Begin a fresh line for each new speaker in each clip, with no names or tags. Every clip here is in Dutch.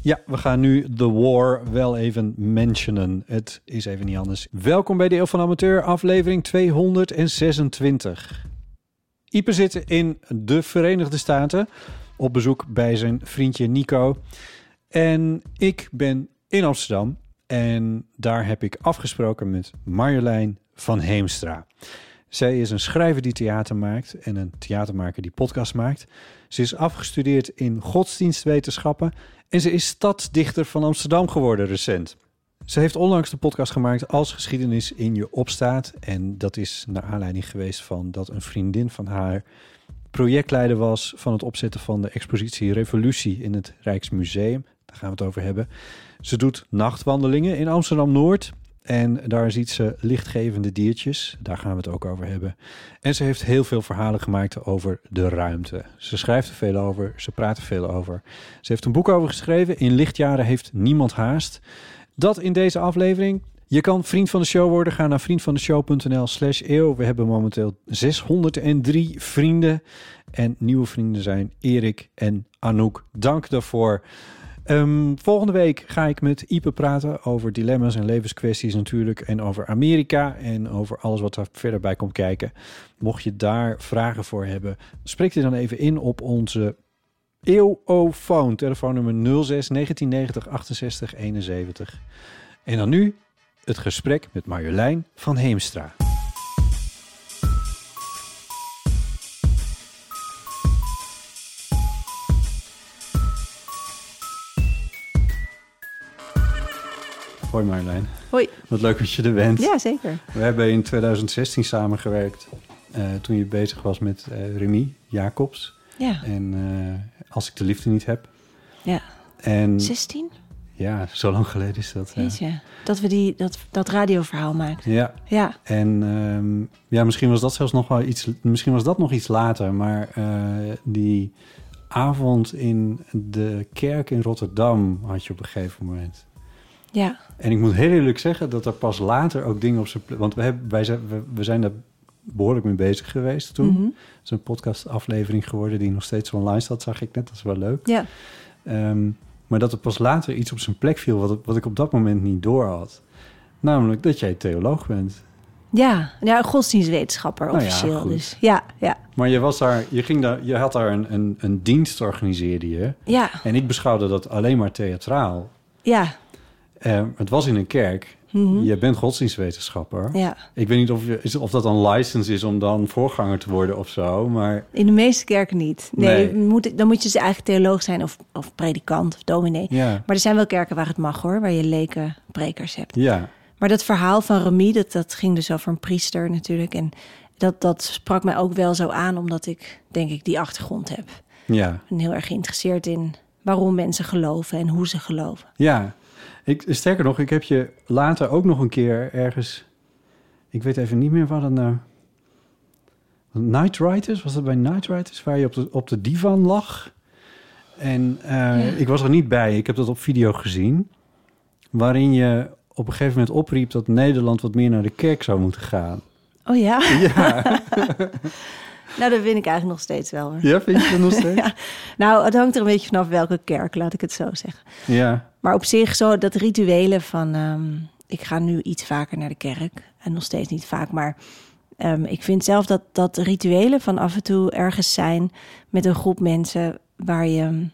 Ja, we gaan nu The War wel even mentionen. Het is even niet anders. Welkom bij de Eeuw van de Amateur, aflevering 226. Ipe zit in de Verenigde Staten op bezoek bij zijn vriendje Nico. En ik ben in Amsterdam en daar heb ik afgesproken met Marjolein van Heemstra. Zij is een schrijver die theater maakt en een theatermaker die podcast maakt. Ze is afgestudeerd in godsdienstwetenschappen en ze is stadsdichter van Amsterdam geworden recent. Ze heeft onlangs de podcast gemaakt Als geschiedenis in je opstaat. En dat is naar aanleiding geweest van dat een vriendin van haar projectleider was van het opzetten van de expositie Revolutie in het Rijksmuseum. Daar gaan we het over hebben. Ze doet nachtwandelingen in Amsterdam Noord. En daar ziet ze lichtgevende diertjes. Daar gaan we het ook over hebben. En ze heeft heel veel verhalen gemaakt over de ruimte. Ze schrijft er veel over. Ze praat er veel over. Ze heeft een boek over geschreven. In lichtjaren heeft niemand haast. Dat in deze aflevering. Je kan vriend van de show worden. Ga naar vriendvandeshow.nl slash eeuw. We hebben momenteel 603 vrienden. En nieuwe vrienden zijn Erik en Anouk. Dank daarvoor. Ehm, volgende week ga ik met Ipe praten over dilemma's en levenskwesties natuurlijk. En over Amerika en over alles wat daar verder bij komt kijken. Mocht je daar vragen voor hebben, spreek die dan even in op onze EOFoon. Telefoonnummer 06 1990 68 71. En dan nu het gesprek met Marjolein van Heemstra. Hoi Marjolein,
Hoi.
wat leuk dat je er bent.
Ja, zeker.
We hebben in 2016 samengewerkt eh, toen je bezig was met eh Remy Jacobs.
Ja.
En eh, Als ik de liefde niet heb.
ja.
En
16?
ja, zo lang geleden is dat. eh.
Weet je. Dat we die, dat, dat radioverhaal maakten.
ja.
Ja.
En ehm, ja, misschien was dat zelfs nog wel iets. Misschien was dat nog iets later. Maar eh, die avond in de kerk in Rotterdam had je op een gegeven moment.
Ja.
En ik moet heel eerlijk zeggen dat er pas later ook dingen op zijn plek... Want we, hebben, wij zijn, we, we zijn daar behoorlijk mee bezig geweest toen.
Mhm.
Het is een podcastaflevering geworden die nog steeds online staat, zag ik net. Dat is wel leuk.
Ja.
Ehm, maar dat er pas later iets op zijn plek viel wat, wat ik op dat moment niet door had. Namelijk dat jij theoloog bent.
Ja. Ja, een godsdienstwetenschapper
Nou ja,
officieel.
goed.
dus ja, ja.
Maar je, was daar, je, ging daar, je had daar een, een, een dienst, organiseerde je.
Ja.
En ik beschouwde dat alleen maar theatraal.
Ja.
Ehm, het was in een kerk.
Mhm.
Je bent godsdienstwetenschapper.
Ja.
Ik weet niet of, je, is- of dat een license is om dan voorganger te worden of zo. Maar
In de meeste kerken niet. Nee,
Nee.
Moet, dan moet je dus eigenlijk theoloog zijn of, of predikant of dominee.
ja,
Maar er zijn wel kerken waar het mag hoor, waar je leken prekers hebt.
ja,
Maar dat verhaal van Remy, dat, dat ging dus over een priester natuurlijk. En dat, dat sprak mij ook wel zo aan, omdat ik denk ik die achtergrond heb.
ja.
ben heel erg geïnteresseerd in waarom mensen geloven en hoe ze geloven.
Ja, ik, sterker nog, ik heb je later ook nog een keer ergens... Ik weet even niet meer wat het nou... Night Riders, was dat bij Night Riders? Waar je op de, op de divan lag. En eh, ik was er niet bij, ik heb dat op video gezien. Waarin je op een gegeven moment opriep dat Nederland wat meer naar de kerk zou moeten gaan.
Oh ja?
Ja,
Nou, dat vind ik eigenlijk nog steeds wel. hoor.
ja vind je dat nog steeds? Ja.
Nou, het hangt er een beetje vanaf welke kerk, laat ik het zo zeggen. Maar op zich, zo dat rituelen van... ehm, ik ga nu iets vaker naar de kerk. En nog steeds niet vaak, maar... ehm, ik vind zelf dat, dat rituelen van af en toe ergens zijn... met een groep mensen waar je ehm,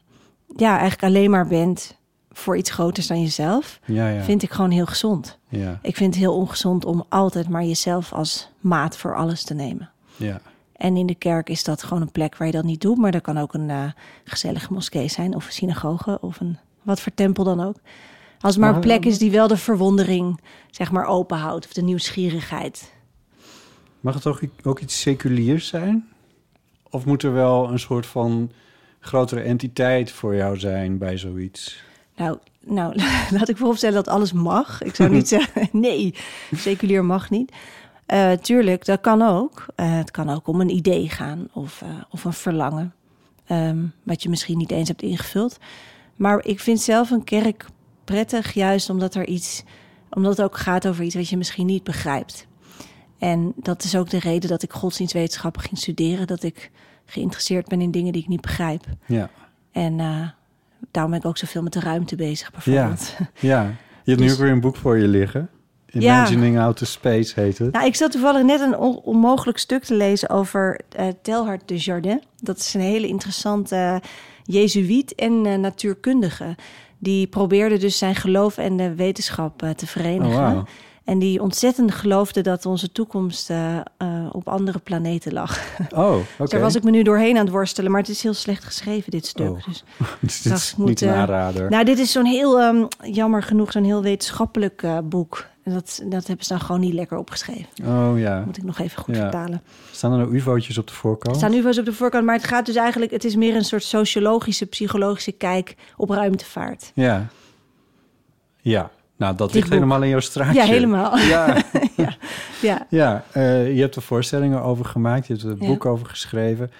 ja, eigenlijk alleen maar bent... voor iets groters dan jezelf...
ja, ja.
vind ik gewoon heel gezond.
ja,
Ik vind het heel ongezond om altijd maar jezelf als maat voor alles te nemen.
ja.
En in de kerk is dat gewoon een plek waar je dat niet doet. Maar dat kan ook een eh, gezellige moskee zijn of een synagoge of een wat voor tempel dan ook. Als het maar een
Maar-
plek is die wel de verwondering zeg maar openhoudt of de nieuwsgierigheid.
Mag het ook, ook iets seculiers zijn? Of moet er wel een soort van grotere entiteit voor jou zijn bij zoiets?
Nou, nou laat ik vooropstellen dat alles mag. Ik zou niet zeggen, nee, seculier mag niet. Uh, tuurlijk, dat kan ook. Uh, het kan ook om een idee gaan of, uh, of een verlangen. Um, wat je misschien niet eens hebt ingevuld. Maar ik vind zelf een kerk prettig, juist omdat er iets, omdat het ook gaat over iets wat je misschien niet begrijpt. En dat is ook de reden dat ik godsdienstwetenschappen ging studeren, dat ik geïnteresseerd ben in dingen die ik niet begrijp.
Ja.
En uh, daarom ben ik ook zoveel met de ruimte bezig, bijvoorbeeld.
Ja. ja. Je hebt nu
Dus-
ook weer een boek voor je liggen.
Ja.
Imagining Outer Space heet het.
Nou, ik zat toevallig net een on- onmogelijk stuk te lezen over eh Telhard de Jardin. Dat is een hele interessante eh, jezuïet en eh, natuurkundige. Die probeerde dus zijn geloof en de wetenschap eh, te verenigen.
Oh, wauw.
En die ontzettend geloofde dat onze toekomst eh, eh, op andere planeten lag.
Oh, oké.
Daar was ik me nu doorheen aan het worstelen, maar het is heel slecht geschreven, dit stuk.
Oh.
Dus
Dus dit
dacht,
is
ik moet,
niet
eh,
een aanrader.
nou, dit is zo'n heel, ehm, jammer genoeg, zo'n heel wetenschappelijk eh, boek. En dat, dat hebben ze dan gewoon niet lekker opgeschreven.
oh ja.
nou, Moet ik nog even goed
Ja.
vertalen.
Staan er nou ufootjes op de voorkant?
Er staan ufo's op de voorkant, maar het gaat dus eigenlijk... het is meer een soort sociologische, psychologische kijk op ruimtevaart.
Ja. Ja. Nou, dat
Dit
ligt
boek.
helemaal in jouw straatje.
Ja, helemaal.
Ja,
Ja,
ja eh, je hebt er voorstellingen over gemaakt. Je hebt er een
Ja.
boek over geschreven.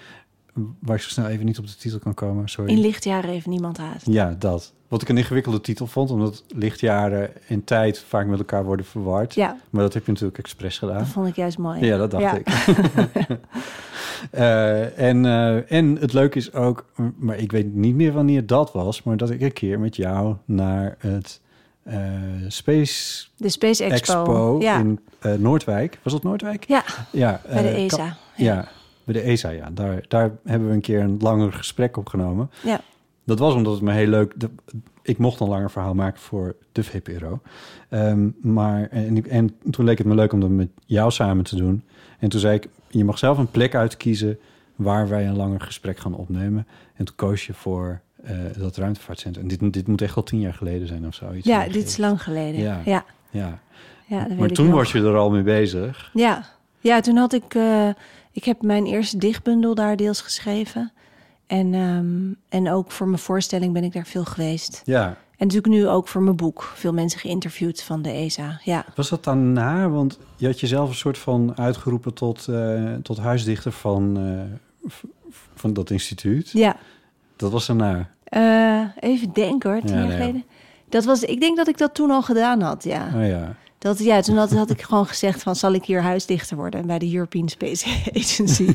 Waar ik zo snel even niet op de titel kan komen, sorry.
in lichtjaren heeft niemand haast.
Ja, dat. Wat ik een ingewikkelde titel vond, omdat lichtjaren en tijd vaak met elkaar worden verward.
Ja,
Maar dat heb je natuurlijk expres gedaan.
dat vond ik juist mooi.
Ja, dat dacht ik. Eh, en, eh, en het leuke is ook, maar ik weet niet meer wanneer dat was, maar dat ik een keer met jou naar het eh, Space
De Space
Expo,
Expo. ja.
in eh, Noordwijk. Was dat Noordwijk?
ja,
Ja,
bij de E
eh,
ESA.
ka- ja, bij de ESA, ja. Daar, daar hebben we een keer een langer gesprek opgenomen.
Ja.
Dat was omdat het me heel leuk... de- ik mocht een langer verhaal maken voor de VPRO. Ehm, maar, en, ik- en toen leek het me leuk om dat met jou samen te doen. En toen zei ik, je mag zelf een plek uitkiezen... waar wij een langer gesprek gaan opnemen. En toen koos je voor eh, dat ruimtevaartcentrum. En dit, dit moet echt al tien jaar geleden zijn of zoiets.
ja, dit is lang geleden.
Ja.
Ja, ja,
Ja,
dat weet
maar
ik
toen
nog.
was je er al mee bezig.
Ja, ja toen had ik... eh, ik heb mijn eerste dichtbundel daar deels geschreven. En, ehm, en ook voor mijn voorstelling ben ik daar veel geweest.
Ja,
En natuurlijk nu ook voor mijn boek. Veel mensen geïnterviewd van de ESA. Ja,
Was dat dan na? Want je had jezelf een soort van uitgeroepen tot, eh, tot huisdichter van, eh, v- van dat instituut.
ja.
Dat was daarna.
Eh, even denken hoor, tien
Ja,
jaar
nee.
geleden. Dat was, ik denk dat ik dat toen al gedaan had, ja.
Oh ja.
Dat, ja toen had, had ik gewoon gezegd van, zal ik hier huisdichter worden bij de European Space Agency?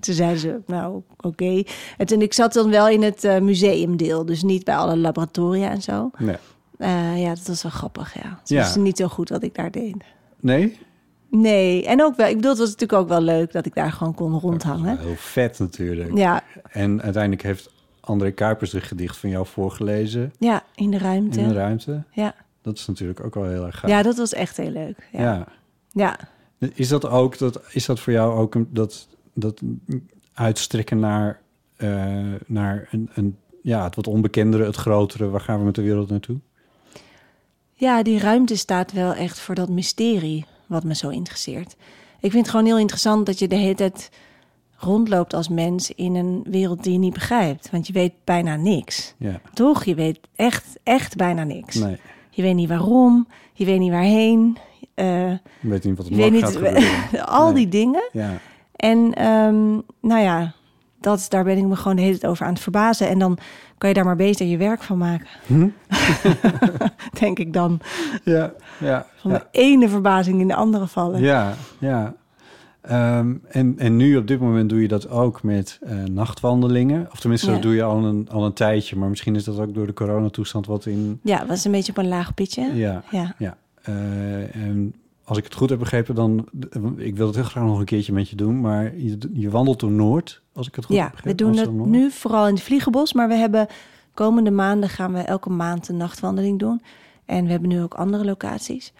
toen zeiden ze, nou, oké. En toen, ik zat dan wel in het eh, museumdeel, dus niet bij alle laboratoria en zo.
Nee.
Eh, ja, dat was wel grappig, ja. Het
Ja.
was niet zo goed wat ik daar deed.
Nee?
Nee, en ook wel, ik bedoel, het was natuurlijk ook wel leuk dat ik daar gewoon kon rondhangen.
Heel vet natuurlijk.
Nou, Ja,
En uiteindelijk heeft André Kuipers het gedicht van jou voorgelezen
ja, in de ruimte.
in de ruimte.
Ja.
Dat is natuurlijk ook wel heel erg gaaf.
ja, dat was echt heel leuk. Ja, ja.
Ja. Is dat ook, dat, is dat voor jou ook een, dat, dat uitstrekken naar, eh, naar een, een, ja, het wat onbekendere, het grotere, waar gaan we met de wereld naartoe?
Ja, die ruimte staat wel echt voor dat mysterie wat me zo interesseert. Ik vind het gewoon heel interessant dat je de hele tijd rondloopt als mens in een wereld die je niet begrijpt. Want je weet bijna niks.
Ja,
Toch? Je weet echt, echt bijna niks.
nee.
Je weet niet waarom, je weet niet waarheen. eh,
Je weet niet wat er
je
morgen
weet niet...
gaat gebeuren.
al
Nee.
die dingen.
Ja,
En ehm, nou ja, dat, daar ben ik me gewoon de hele tijd over aan het verbazen. En dan kan je daar maar beter je werk van maken.
Hm?
Denk ik dan.
ja, ja.
Van
ja.
de ene verbazing in de andere vallen.
Ja, ja. Ehm, en, en nu op dit moment doe je dat ook met eh, nachtwandelingen. Of tenminste, dat
Ja.
doe je al een, al een tijdje. Maar misschien is dat ook door de coronatoestand wat in...
Ja, was een beetje op een laag pitje.
Ja,
Ja.
ja. Eh, en als ik het goed heb begrepen, dan... Ik wil het heel graag nog een keertje met je doen. Maar je, je wandelt door Noord, als ik het goed
ja,
heb
we
begrepen.
doen het
Amsterdam-Noord.
nu vooral in het Vliegenbos. Maar we hebben komende maanden gaan we elke maand een nachtwandeling doen. En we hebben nu ook andere locaties.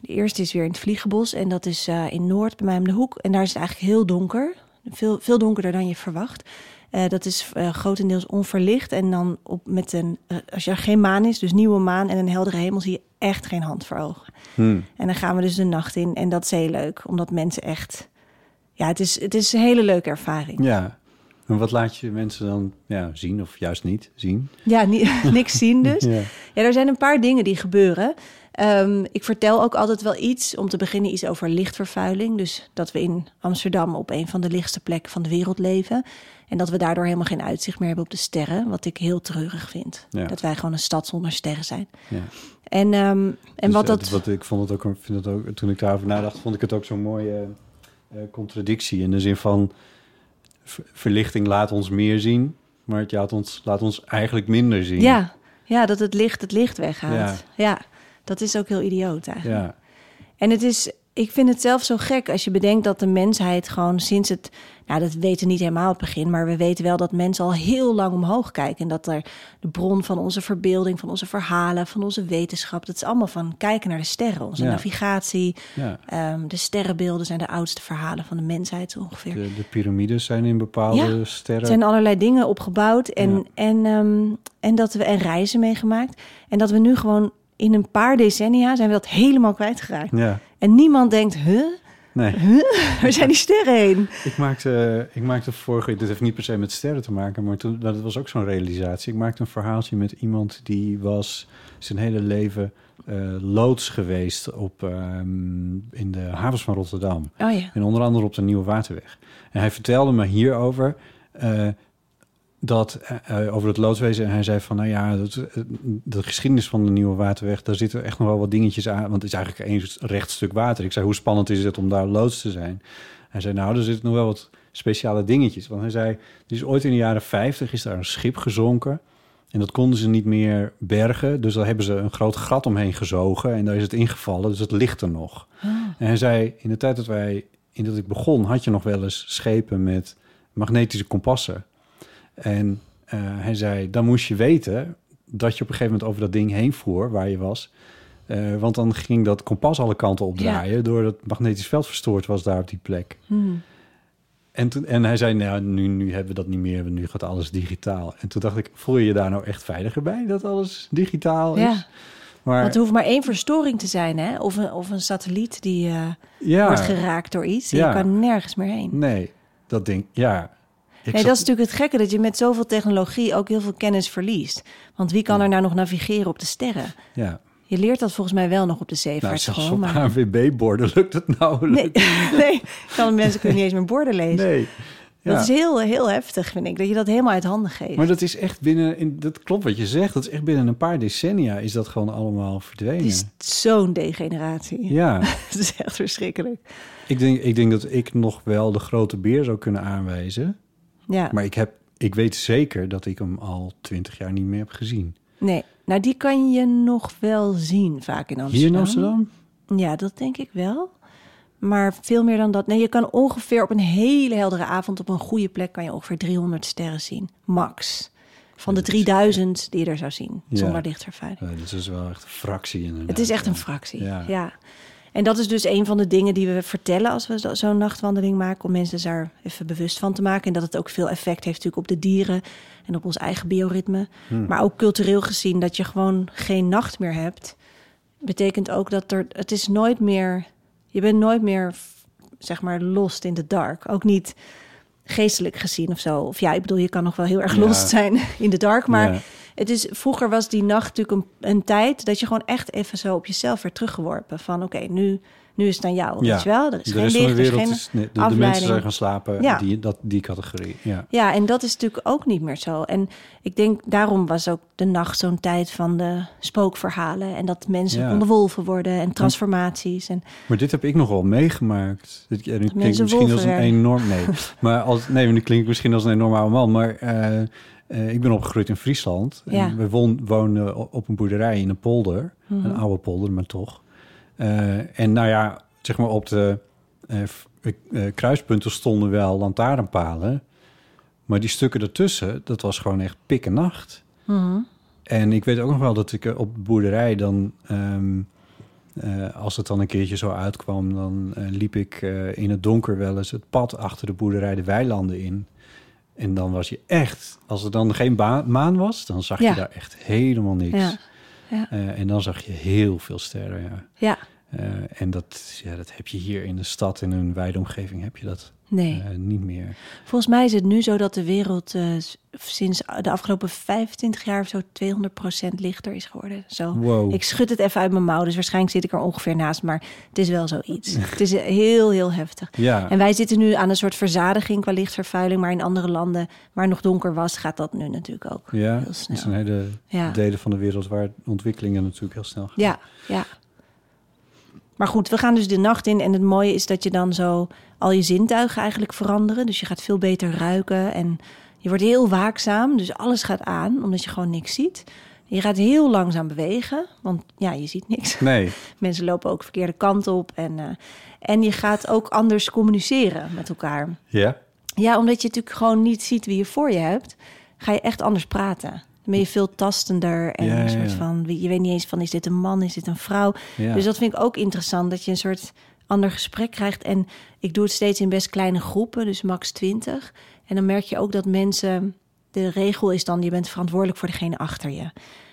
De eerste is weer in het Vliegenbos. En dat is eh, in Noord, bij mij om de hoek. En daar is het eigenlijk heel donker. Veel, veel donkerder dan je verwacht. Eh, dat is eh, grotendeels onverlicht. En dan op, met een, eh, als er geen maan is, dus nieuwe maan en een heldere hemel, zie je echt geen hand voor ogen.
Hmm.
En dan gaan we dus de nacht in. En dat is heel leuk, omdat mensen echt. Ja, het is, het is een hele leuke ervaring.
Ja. En wat laat je mensen dan ja, zien of juist niet zien?
Ja, ni- niks zien dus. Ja. er zijn een paar dingen die gebeuren. Ehm, ik vertel ook altijd wel iets, om te beginnen iets over lichtvervuiling. Dus dat we in Amsterdam op een van de lichtste plekken van de wereld leven. En dat we daardoor helemaal geen uitzicht meer hebben op de sterren. Wat ik heel treurig vind.
Ja.
Dat wij gewoon een stad zonder sterren zijn.
Ja.
En, ehm, en
Dus,
wat
eh,
dat...
wat ik vond het ook, een- vind het ook, toen ik daarover nadacht, vond ik het ook zo'n mooie eh, contradictie. In de zin van ver- verlichting laat ons meer zien, maar het laat ons, laat ons eigenlijk minder zien.
ja, ja, dat het licht het licht weghaalt. Ja. dat is ook heel idioot eigenlijk.
ja.
En het is, ik vind het zelf zo gek als je bedenkt dat de mensheid gewoon sinds het, nou dat weten we niet helemaal aan het begin, maar we weten wel dat mensen al heel lang omhoog kijken. En dat er de bron van onze verbeelding, van onze verhalen, van onze wetenschap, dat is allemaal van kijken naar de sterren, onze
Ja.
navigatie.
ja.
ehm, de sterrenbeelden zijn de oudste verhalen van de mensheid zo ongeveer.
De, de piramides zijn in bepaalde
Ja,
sterren.
Er zijn allerlei dingen opgebouwd en,
Ja.
en, ehm, en dat we en reizen meegemaakt. En dat we nu gewoon in een paar decennia zijn we dat helemaal kwijtgeraakt.
Ja,
En niemand denkt, huh?
nee.
Waar zijn die sterren heen?
Ik maakte, ik maakte vorige dit heeft niet per se met sterren te maken, maar toen, dat was ook zo'n realisatie. Ik maakte een verhaaltje met iemand die was zijn hele leven eh, loods geweest op, ehm, in de havens van Rotterdam.
Oh ja.
En onder andere op de Nieuwe Waterweg. En hij vertelde me hierover eh, dat, eh, eh, over het loodswezen. En hij zei van, nou ja, dat, eh, de geschiedenis van de Nieuwe Waterweg... daar zitten echt nog wel wat dingetjes aan. Want het is eigenlijk één recht stuk water. Ik zei, hoe spannend is het om daar loods te zijn? Hij zei, nou, er zitten nog wel wat speciale dingetjes. Want hij zei, er is ooit in de jaren 50 is daar een schip gezonken... En dat konden ze niet meer bergen. Dus daar hebben ze een groot gat omheen gezogen. En daar is het ingevallen. Dus het ligt er nog.
Oh.
En hij zei, in de tijd dat wij, in dat ik begon, had je nog wel eens schepen met magnetische kompassen. En eh, hij zei, dan moest je weten dat je op een gegeven moment over dat ding heen voer waar je was. Eh, want dan ging dat kompas alle kanten opdraaien, doordat het magnetisch veld verstoord was daar op die plek.
Hmm.
En, toen, en hij zei, nou, nu, nu hebben we dat niet meer, nu gaat alles digitaal. En toen dacht ik, voel je je daar nou echt veiliger bij, dat alles digitaal is?
Ja,
maar,
want er hoeft maar één verstoring te zijn, hè? Of een, of een satelliet die eh,
ja,
wordt geraakt door iets. En
Ja.
Je kan nergens meer heen.
nee, dat ding, ja. Ik
nee,
zat-
dat is natuurlijk het gekke, dat je met zoveel technologie ook heel veel kennis verliest. Want wie kan er nou nog navigeren op de sterren?
ja.
Je leert dat volgens mij wel nog op de
Nou,
zeevaart
zelfs
gewoon,
op
maar...
ANWB-borden lukt het
Nee,
nauwelijks.
nee, dan mensen kunnen niet eens meer borden lezen.
Nee.
Dat is
Ja.
heel, heel heftig, vind ik, dat je dat helemaal uit handen geeft.
Maar dat is echt binnen, in- dat klopt wat je zegt, dat is echt binnen een paar decennia is dat gewoon allemaal verdwenen.
Het is zo'n degeneratie.
Ja,
Het is echt verschrikkelijk.
ik denk, ik denk dat ik nog wel de grote beer zou kunnen aanwijzen.
Ja.
Maar ik, heb, ik weet zeker dat ik hem al twintig jaar niet meer heb gezien.
Nee, nou die kan je nog wel zien vaak in Amsterdam.
Hier in Amsterdam?
Ja, dat denk ik wel. Maar veel meer dan dat. Nee, je kan ongeveer op een hele heldere avond op een goede plek kan je ongeveer 300 sterren zien, max. Van de 3000 die je er zou zien
Ja.
zonder lichtvervuiling.
Eh, dat is wel echt een fractie inderdaad.
Het is echt een fractie.
Ja.
Ja. En dat is dus een van de dingen die we vertellen als we zo- zo'n nachtwandeling maken. Om mensen daar even bewust van te maken. En dat het ook veel effect heeft natuurlijk op de dieren en op ons eigen bioritme.
Hmm.
Maar ook cultureel gezien dat je gewoon geen nacht meer hebt. Betekent ook dat er, het is nooit meer, je bent nooit meer zeg maar lost in de dark. Ook niet geestelijk gezien of zo. Of ja, ik bedoel, je kan nog wel heel erg
Ja.
lost zijn in de dark. Maar
Ja.
het is, vroeger was die nacht natuurlijk een, een tijd dat je gewoon echt even zo op jezelf werd teruggeworpen. Van oké, nu, nu is het aan jou.
Ja.
Weet je wel? Er is
de
geen
rest van
licht,
de
er is
wereld
geen
is... nee, de- de,
afleiding.
mensen zijn gaan slapen,
Ja.
die, dat, die categorie. Ja.
Ja, en dat is natuurlijk ook niet meer zo. En ik denk, daarom was ook de nacht zo'n tijd van de spookverhalen. En dat mensen
Ja.
konden wolven worden en transformaties. En
Maar dit heb ik nog wel meegemaakt. Dit, ja, nu klinkt het
mensen
misschien als een
wolven werden.
enorm... Nee, maar als, nee, maar nu klinkt het misschien als een enorm oude man. Maar eh, eh, ik ben opgegroeid in Friesland.
Ja. Mhm.
En we won- woonden o- op een boerderij in een polder. Een oude polder, maar toch. Eh, en nou ja, zeg maar op de eh, f- eh, kruispunten stonden wel lantaarnpalen. Maar die stukken ertussen, dat was gewoon echt pikken nacht. En ik weet ook nog wel dat ik eh, op de boerderij dan... ehm, eh, als het dan een keertje zo uitkwam, dan eh, liep ik eh, in het donker wel eens het pad achter de boerderij de weilanden in. En dan was je echt, als er dan geen ba- maan was, dan zag
Ja.
je daar echt helemaal niks.
Ja. Ja.
Eh, en dan zag je heel veel sterren. Ja.
ja,
Eh, en dat, ja, dat heb je hier in de stad, in een wijde omgeving, heb je dat
Nee.
eh, niet meer.
Volgens mij is het nu zo dat de wereld eh, s- sinds de afgelopen 25 jaar of zo 200% lichter is geworden. Zo.
Wow.
Ik schud het even uit mijn mouw, dus waarschijnlijk zit ik er ongeveer naast. Maar het is wel zoiets. het is eh, heel, heel heftig.
Ja.
En wij zitten nu aan een soort verzadiging qua lichtvervuiling. Maar in andere landen waar nog donker was, gaat dat nu natuurlijk ook
Ja,
heel
dat zijn
snel.
hele
Ja.
delen van de wereld waar ontwikkelingen natuurlijk heel snel gaan.
Ja, ja. Maar goed, we gaan dus de nacht in. En het mooie is dat je dan zo al je zintuigen eigenlijk veranderen. Dus je gaat veel beter ruiken en je wordt heel waakzaam. Dus alles gaat aan, omdat je gewoon niks ziet. Je gaat heel langzaam bewegen, want ja, je ziet niks.
Nee,
Mensen lopen ook verkeerde kant op. En, eh, en je gaat ook anders communiceren met elkaar.
ja.
Ja, omdat je natuurlijk gewoon niet ziet wie je voor je hebt, ga je echt anders praten. Dan ben je veel tastender en
Ja, ja,
een soort
ja.
van, je weet niet eens van is dit een man, is dit een vrouw.
Ja.
Dus dat vind ik ook interessant, dat je een soort ander gesprek krijgt. En ik doe het steeds in best kleine groepen, dus max 20. En dan merk je ook dat mensen, de regel is dan, je bent verantwoordelijk voor degene achter je.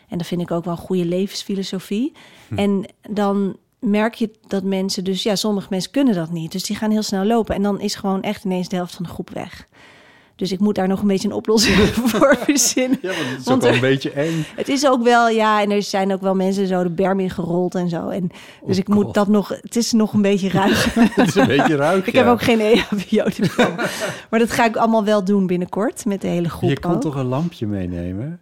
En dat vind ik ook wel een goede levensfilosofie.
Hm.
En dan merk je dat mensen dus, ja, sommige mensen kunnen dat niet. Dus die gaan heel snel lopen. En dan is gewoon echt ineens de helft van de groep weg. Dus ik moet daar nog een beetje een oplossing voor verzinnen.
het is
Want
ook wel
er-
een beetje eng.
Het is ook wel, ja, en er zijn ook wel mensen zo de berm in gerold en zo. En dus ik moet
Oh, God.
dat nog, het is nog een beetje ruig.
Het is een beetje ruik.
ik
ja.
heb ook geen E EHBO-diploma. maar dat ga ik allemaal wel doen binnenkort met de hele groep.
Je kan
ook.
toch een lampje meenemen?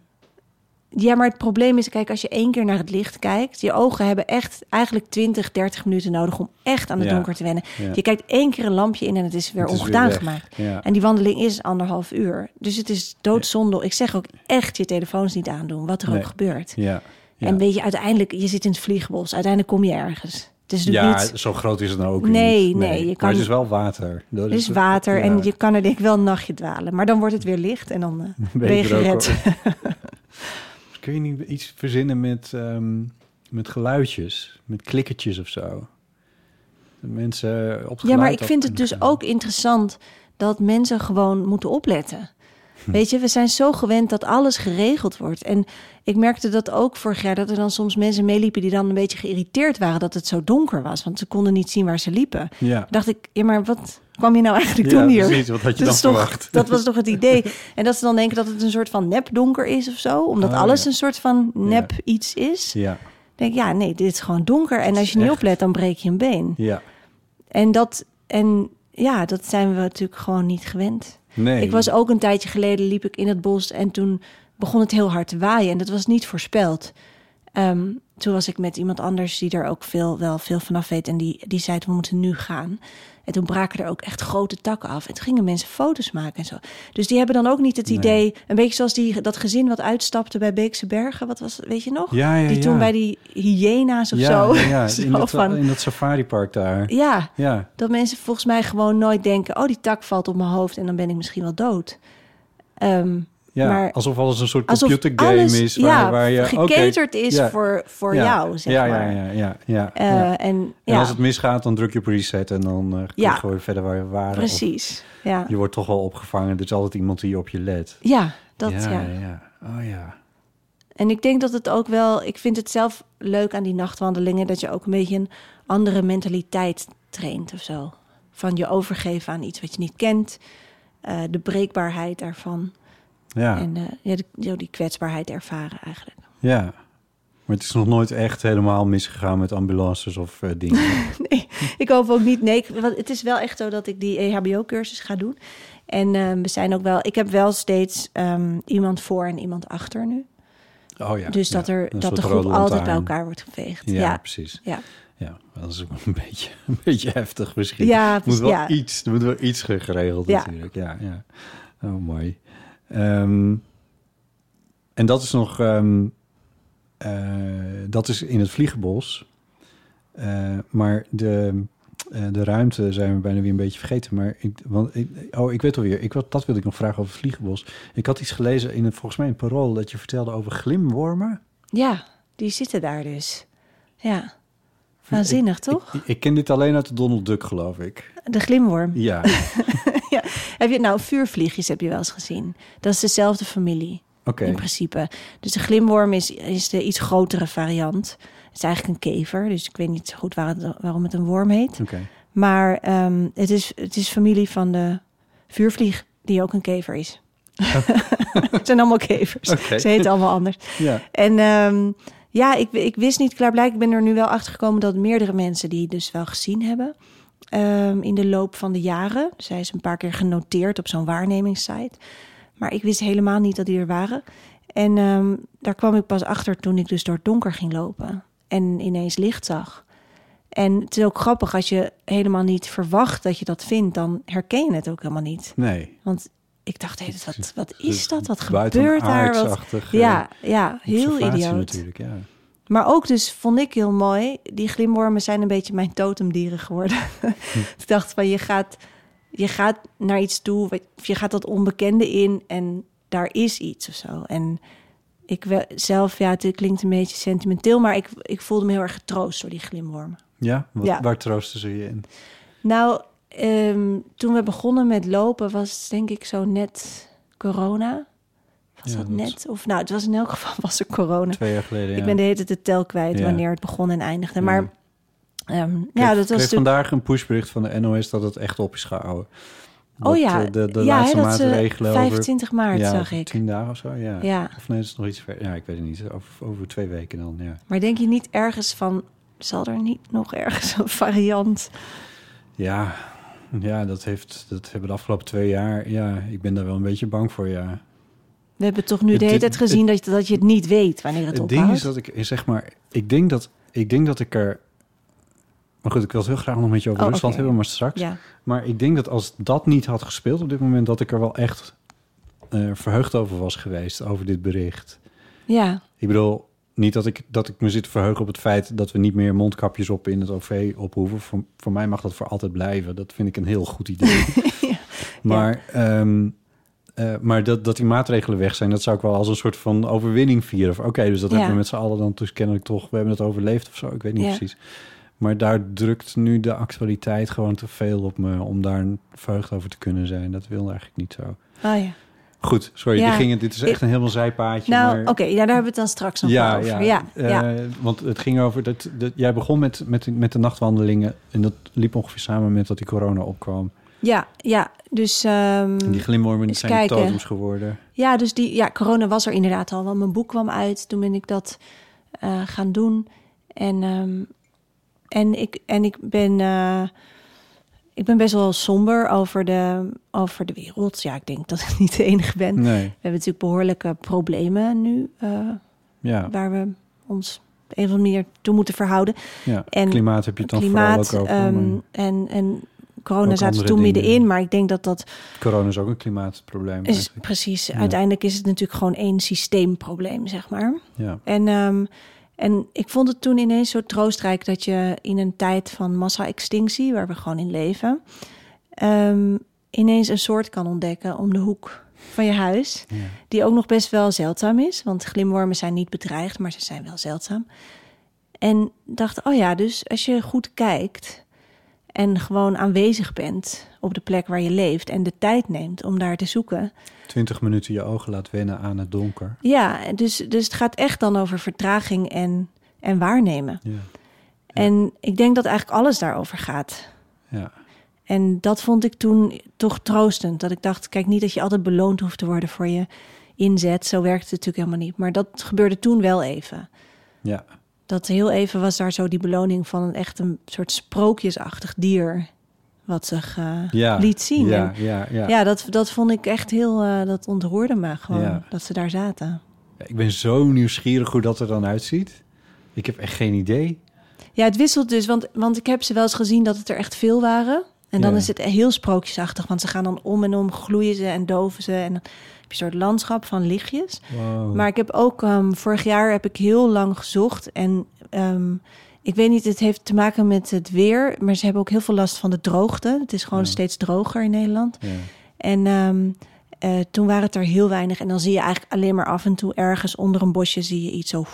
Ja, maar het probleem is, kijk, als je één keer naar het licht kijkt, je ogen hebben echt eigenlijk 20, 30 minuten nodig om echt aan het
Ja,
donker te wennen.
ja.
Je kijkt één keer een lampje in en het is weer
Het is weer
ongedaan
weg,
gemaakt.
ja.
En die wandeling is anderhalf uur. Dus het is doodzonde. Ik zeg ook echt je telefoons niet aandoen, wat er
Nee.
ook gebeurt.
Ja. ja.
En weet je, uiteindelijk, je zit in het vliegbos, uiteindelijk kom je ergens. Het is natuurlijk
ja,
niet...
zo groot is het nou ook weer
Nee,
niet.
nee, je
Maar
kan-
het is wel water. Dat
Er is water en
ja.
je kan er denk ik wel een nachtje dwalen. Maar dan wordt het weer licht en dan eh, ben je,
er ook
gered.
Kun je niet iets verzinnen met, ehm, met geluidjes, met klikkertjes of zo? Dat mensen op het
Ja, maar
geluid
ik vind
af
het
kunnen
dus
gaan.
ook interessant dat mensen gewoon moeten opletten.
Hm.
Weet je, we zijn zo gewend dat alles geregeld wordt. En ik merkte dat ook vorig jaar, dat er dan soms mensen meeliepen die dan een beetje geïrriteerd waren dat het zo donker was, want ze konden niet zien waar ze liepen.
Ja.
Dacht ik, ja, maar wat kwam je nou eigenlijk
Ja,
doen hier?
precies, wat had je
Dat
dan
is toch-
verwacht?
Dat was toch het idee. En dat ze dan denken dat het een soort van nep donker is of zo, omdat
Oh,
alles
ja.
een soort van nep iets is.
Ja,
Denk ik, ja, nee, dit is gewoon donker. En als je niet
echt-
oplet, dan breek je een been.
ja.
En dat, en ja, dat zijn we natuurlijk gewoon niet gewend.
Nee.
Ik was ook een tijdje geleden liep ik in het bos en toen begon het heel hard te waaien en dat was niet voorspeld. Ehm, toen was ik met iemand anders die er ook veel, wel veel vanaf weet en die, die zei we moeten nu gaan. En toen braken er ook echt grote takken af en toen gingen mensen foto's maken en zo. Dus die hebben dan ook niet het idee, een beetje zoals die, dat gezin wat uitstapte bij Beekse Bergen, wat was, weet je nog?
Ja, ja,
die toen
ja.
bij die hyena's of
ja,
zo.
Ja, ja,
Zo
In, dat,
van-
in dat safaripark daar.
ja,
Ja.
dat mensen volgens mij gewoon nooit denken: oh, die tak valt op mijn hoofd en dan ben ik misschien wel dood. Ehm,
Ja,
maar
alsof alles een soort
alsof
computergame
alles,
is. Waar,
ja,
waar je, oké,
geketerd is
ja,
voor, voor
ja,
jou, zeg
ja,
maar.
Ja, ja, ja. ja,
Eh,
ja.
En
En
ja,
als het misgaat, dan druk je op reset en dan eh
Ja.
gewoon verder waar we waren. Of
precies. Ja.
Je wordt toch wel opgevangen. Er is altijd iemand die op je let.
ja, dat
ja,
ja.
ja. Oh ja.
En ik denk dat het ook wel, ik vind het zelf leuk aan die nachtwandelingen, dat je ook een beetje een andere mentaliteit traint of zo. Van je overgeven aan iets wat je niet kent, eh, de breekbaarheid daarvan
Ja,
en eh, ja, de- ja, die kwetsbaarheid ervaren eigenlijk.
ja. Maar het is nog nooit echt helemaal misgegaan met ambulances of eh, dingen.
Nee, ik hoop ook niet. Nee, ik- want het is wel echt zo dat ik die E EHBO-cursus ga doen. En eh, we zijn ook wel. Ik heb wel steeds ehm, iemand voor en iemand achter nu.
Oh ja.
dus dat,
ja.
er,
Een
dat de
soort
groep
rode
altijd bij
lantaarn.
elkaar wordt geveegd.
Ja,
Ja, ja.
precies.
ja.
Ja, dat is ook een beetje, een beetje heftig misschien.
Ja, dus
moet wel
ja.
iets, er moet wel iets ge- geregeld
Ja.
natuurlijk. Ja, ja. Oh, mooi. Ehm, en dat is nog, ehm, eh, dat is in het vliegenbos. Eh, maar de, eh, de ruimte zijn we bijna weer een beetje vergeten. Maar ik, want ik, oh, ik weet alweer, ik, wil- dat wilde ik nog vragen over het vliegenbos. Ik had iets gelezen in, een- volgens mij, een parool dat je vertelde over glimwormen.
die zitten daar dus. Ja. Waanzinnig, toch?
Ik, ik ken dit alleen uit de Donald Duck, geloof ik.
De glimworm.
Ja,
Ja. Heb je nou vuurvliegjes heb je wel eens gezien? Dat is dezelfde familie.
Oké.
in principe. Dus de glimworm is, is de iets grotere variant. Het is eigenlijk een kever, dus ik weet niet zo goed waar het- waarom het een worm heet.
Oké.
Maar ehm, het, is, het is familie van de vuurvlieg, die ook een kever is. het zijn allemaal kevers.
Oké.
Ze heten allemaal anders.
Ja.
En ehm, ja, ik, ik wist niet klaarblijkelijk. Ik ben er nu wel achter gekomen dat meerdere mensen die dus wel gezien hebben. ehm, in de loop van de jaren. Zij is een paar keer genoteerd op zo'n waarnemingssite. Maar ik wist helemaal niet dat die er waren. En ehm, daar kwam ik pas achter toen ik dus door het donker ging lopen. En ineens licht zag. En het is ook grappig, als je helemaal niet verwacht dat je dat vindt, dan herken je het ook helemaal niet.
Nee.
Want ik dacht, hé, wat, wat is
Dus
dat? Wat gebeurt daar? Wat,
buitenaardsachtig, eh,
ja, ja, heel
observatie
idioot.
natuurlijk, ja.
Maar ook dus vond ik heel mooi, die glimwormen zijn een beetje mijn totemdieren geworden.
Hm.
ik dacht van je gaat, je gaat naar iets toe, wat- of je gaat dat onbekende in en daar is iets of zo. En ik wel- zelf, ja, het klinkt een beetje sentimenteel, maar ik, ik voelde me heel erg getroost door die glimwormen.
Ja? Wat,
Ja.
Waar troosten ze je in?
Nou, ehm, toen we begonnen met lopen was denk ik zo net corona. Was
Ja,
dat
dat-
net? Of nou, het was in elk geval was er corona.
Twee jaar geleden, ja.
Ik ben de hele tijd de tel kwijt
Ja.
wanneer het begon en eindigde. Maar ehm,
Ik
ja, dat
kreeg
was natuurlijk...
vandaag een pushbericht van de NOS dat het echt op is gehouden.
Oh
Dat,
ja,
eh, de, de
ja hè,
laatste
dat ze
maatregelen over
25 maart
ja,
zag
over
ik.
tien dagen of zo, ja.
Ja.
Of nee, het is nog iets ver. Ja, ik weet het niet. Over, over twee weken dan, ja.
Maar denk je niet ergens van... zal er niet nog ergens een variant...
Ja, ja dat, heeft, dat hebben de afgelopen twee jaar... Ja, ik ben daar wel een beetje bang voor, ja.
We hebben toch nu
Het-
de hele
het-
tijd gezien dat, je, dat je het niet weet wanneer het,
Het
ophoudt.
ding is dat ik, eh, zeg maar... Ik denk dat ik, denk dat ik er... Maar goed, ik wil het heel graag nog met je over
Oh,
Rusland
oké.
hebben, maar straks.
Ja,
Maar ik denk dat als dat niet had gespeeld op dit moment... dat ik er wel echt eh, verheugd over was geweest, over dit bericht.
ja,
Ik bedoel, niet dat ik, dat ik me zit te verheugen op het feit dat we niet meer mondkapjes op in het OV op hoeven. Voor, voor mij mag dat voor altijd blijven. Dat vind ik een heel goed idee. Maar, ehm, eh, maar dat, dat die maatregelen weg zijn, dat zou ik wel als een soort van overwinning vieren. Of Oké, dus dat
Ja.
hebben we met z'n allen dan dus kennelijk toch. We hebben het overleefd of zo. Ik weet niet
Ja.
precies. Maar daar drukt nu de actualiteit gewoon te veel op me om daar verheugd over te kunnen zijn. Dat wil eigenlijk niet zo.
oh ja.
Goed, sorry,
Ja.
die gingen, dit is echt een helemaal zijpaadje.
Nou,
maar...
oké, ja, daar hebben we het dan straks nog wel over. Ja, ja,
eh, Want het ging over dat, dat jij begon met, met, met de nachtwandelingen en dat liep ongeveer samen met dat die corona opkwam.
ja, ja. Dus, ehm,
En die glimwormen die
Eens
zijn
kijken.
totems geworden.
Ja, dus die, ja, corona was er inderdaad al. Want mijn boek kwam uit, toen ben ik dat eh, gaan doen. En, ehm, en, ik, en ik, ben, eh, ik ben best wel somber over de, over de wereld. Ja, ik denk dat ik niet de enige ben.
Nee,
We hebben natuurlijk behoorlijke problemen nu, eh,
ja.
waar we ons op een of andere manier toe moeten verhouden.
ja.
en
klimaat heb je het dan
Klimaat
vooral ook over.
ehm,
maar
en, en corona
ook
zaten
andere
toen
dingen.
middenin, maar ik denk dat dat
corona is ook een klimaatprobleem
is
eigenlijk.
precies. Uiteindelijk is het natuurlijk gewoon één systeemprobleem, zeg maar.
Ja.
En, ehm, en ik vond het toen ineens zo troostrijk dat je in een tijd van massa-extinctie, waar we gewoon in leven, ehm, ineens een soort kan ontdekken om de hoek van je huis, die ook nog best wel zeldzaam is, want glimwormen zijn niet bedreigd, maar ze zijn wel zeldzaam. En dacht, oh ja, dus als je goed kijkt en gewoon aanwezig bent op de plek waar je leeft en de tijd neemt om daar te zoeken,
Twintig minuten je ogen laat wennen aan het donker.
ja, dus, dus het gaat echt dan over vertraging en, en waarnemen.
Ja,
En ik denk dat eigenlijk alles daarover gaat.
ja.
En dat vond ik toen toch troostend. Dat ik dacht, kijk, niet dat je altijd beloond hoeft te worden voor je inzet. Zo werkt het natuurlijk helemaal niet. Maar dat gebeurde toen wel even.
ja.
Dat heel even was daar zo die beloning van een echt een soort sprookjesachtig dier. Wat zich eh,
ja.
liet zien.
Ja,
En
ja, ja.
ja, dat, dat vond ik echt heel, eh, dat ontroerde me gewoon.
Ja.
Dat ze daar zaten.
Ik ben zo nieuwsgierig hoe dat er dan uitziet. Ik heb echt geen idee.
Ja, het wisselt dus, want, want ik heb ze wel eens gezien dat het er echt veel waren. En dan
Ja.
is het heel sprookjesachtig, want ze gaan dan om en om, gloeien ze en doven ze. En dan heb je een soort landschap van lichtjes.
Oh. Wow.
Maar ik heb ook, ehm, vorig jaar heb ik heel lang gezocht. En ehm, ik weet niet, het heeft te maken met het weer. Maar ze hebben ook heel veel last van de droogte. Het is gewoon steeds droger in Nederland.
Ja.
En ehm, eh, toen waren het er heel weinig. En dan zie je eigenlijk alleen maar af en toe ergens onder een bosje zie je iets zo...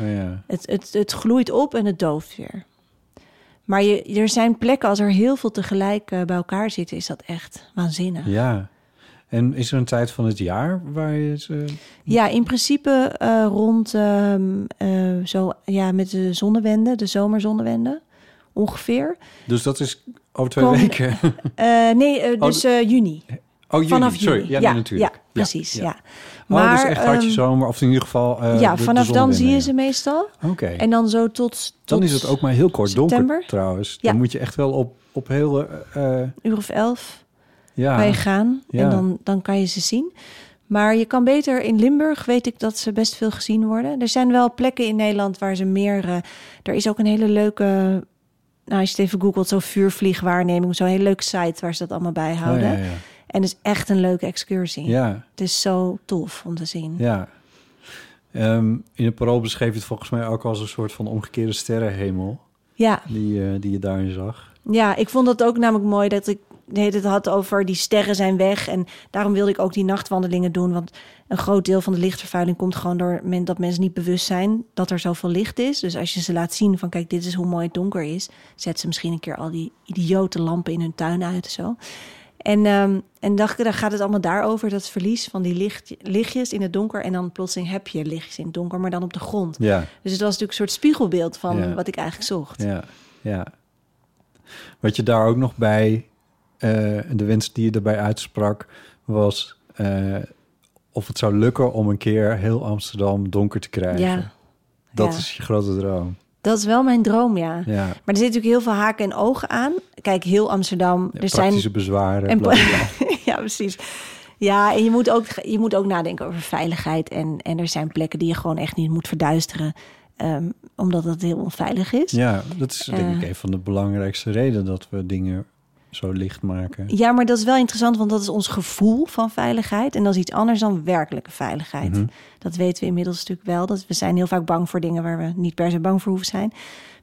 Oh, ja.
Het, het, het gloeit op en het dooft weer. Maar je, er zijn plekken, als er heel veel tegelijk eh, bij elkaar zitten, is dat echt waanzinnig.
Ja. En is er een tijd van het jaar waar je ze...
Ja, in principe eh, rond ehm, eh, zo, ja, met de zonnewende, de zomerzonnewende ongeveer.
Dus dat is over twee
Kom-
weken.
Eh, nee, eh, dus eh, juni.
Oh, juni.
Vanaf juni.
Sorry, ja, nee, natuurlijk.
Ja, precies. Ja.
Maar, oh, dus echt hartje
ehm,
zomer. Of in ieder geval eh,
ja,
de- de
vanaf dan
zonnewende,
zie je
ja.
ze meestal.
Oké.
En dan zo tot, tot
Dan is het ook maar heel kort donker
september.
trouwens.
Ja.
Dan moet je echt wel op, op heel... eh, eh,
een uur of elf
ja.
kan je gaan.
Ah, Ja.
En dan, dan kan je ze zien. Maar je kan beter in Limburg, weet ik dat ze best veel gezien worden. Er zijn wel plekken in Nederland waar ze meer... eh, er is ook een hele leuke... Nou, als je het even googelt, zo'n vuurvliegwaarneming. Zo'n hele leuke site waar ze dat allemaal
Oh, Ja,
bijhouden.
ja, ja.
En het is echt een leuke excursie.
ja,
Het is zo tof om te zien.
ja. Ehm, in de parool beschreef je het volgens mij ook als een soort van omgekeerde sterrenhemel.
ja.
Die, eh, die je daarin zag.
Ja, ik vond dat ook namelijk mooi dat ik het had over die sterren zijn weg. En daarom wilde ik ook die nachtwandelingen doen. Want een groot deel van de lichtvervuiling komt gewoon door men, dat mensen niet bewust zijn dat er zoveel licht is. Dus als je ze laat zien van kijk, dit is hoe mooi het donker is. Zet ze misschien een keer al die idiote lampen in hun tuin uit en zo. En, ehm, en dacht ik, dan gaat het allemaal daarover, dat verlies van die licht, lichtjes in het donker. En dan plotseling heb je lichtjes in het donker, maar dan op de grond.
Ja,
Dus het was natuurlijk een soort spiegelbeeld van
Ja.
wat ik eigenlijk zocht.
ja, ja. Wat je daar ook nog bij... eh, de wens die je daarbij uitsprak was... eh, of het zou lukken om een keer heel Amsterdam donker te krijgen.
Ja.
Dat
Ja.
is je grote droom.
Dat is wel mijn droom, ja.
Ja.
Maar er zitten natuurlijk heel veel haken en ogen aan. Kijk, heel Amsterdam. er
praktische
zijn.
bezwaren.
en-
bla, bla, bla.
ja, precies. Ja, en je moet ook, je moet ook nadenken over veiligheid. En, en er zijn plekken die je gewoon echt niet moet verduisteren. ehm, omdat het heel onveilig is.
Ja, dat is denk ik
Eh.
een van de belangrijkste redenen dat we dingen zo licht maken.
Ja, maar dat is wel interessant, want dat is ons gevoel van veiligheid. En dat is iets anders dan werkelijke veiligheid. Dat weten we inmiddels natuurlijk wel. Dat we zijn heel vaak bang voor dingen waar we niet per se bang voor hoeven zijn.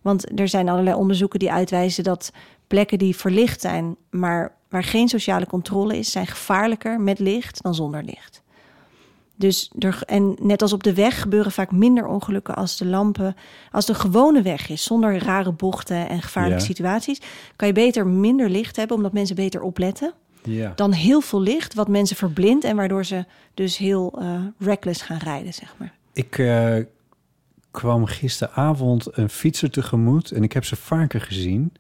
Want er zijn allerlei onderzoeken die uitwijzen dat plekken die verlicht zijn, maar waar geen sociale controle is, zijn gevaarlijker met licht dan zonder licht. Dus er, en net als op de weg gebeuren vaak minder ongelukken als de lampen. Als de gewone weg is, zonder rare bochten en gevaarlijke
Ja.
situaties, kan je beter minder licht hebben, omdat mensen beter opletten.
Ja.
Dan heel veel licht, wat mensen verblindt en waardoor ze dus heel eh, reckless gaan rijden, zeg maar.
Ik eh, kwam gisteravond een fietser tegemoet en ik heb ze vaker gezien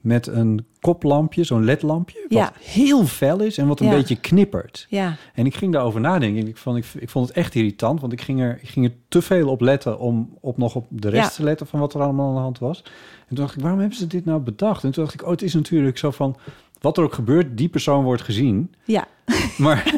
met een koplampje, zo'n ledlampje, wat
Ja.
heel fel is en wat een
Ja.
beetje knippert.
Ja,
En ik ging daarover nadenken. en Ik vond, ik, ik vond het echt irritant, want ik ging, er, ik ging er te veel op letten om op nog op de rest
Ja.
te letten van wat er allemaal aan de hand was. En toen dacht ik, waarom hebben ze dit nou bedacht? En toen dacht ik, oh, het is natuurlijk zo van, wat er ook gebeurt, die persoon wordt gezien.
ja.
Maar,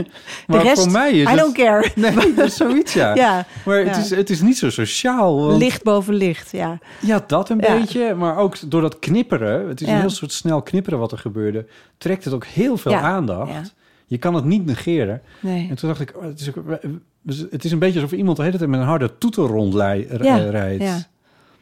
maar
de rest,
voor mij is
I
het...
don't care.
Nee, dat is zoiets, ja.
Ja,
Maar het,
ja.
is, het is niet zo sociaal. want-
licht boven licht, ja.
Ja, dat een
Ja.
beetje. Maar ook door dat knipperen. Het is een
Ja.
heel soort snel knipperen wat er gebeurde. Trekt het ook heel veel
Ja,
aandacht.
ja.
Je kan het niet negeren.
Nee.
En toen dacht ik, oh, het, is ook- het is een beetje alsof iemand de hele tijd met een harde toeter rondrijdt.
Ja,
rijdt.
ja.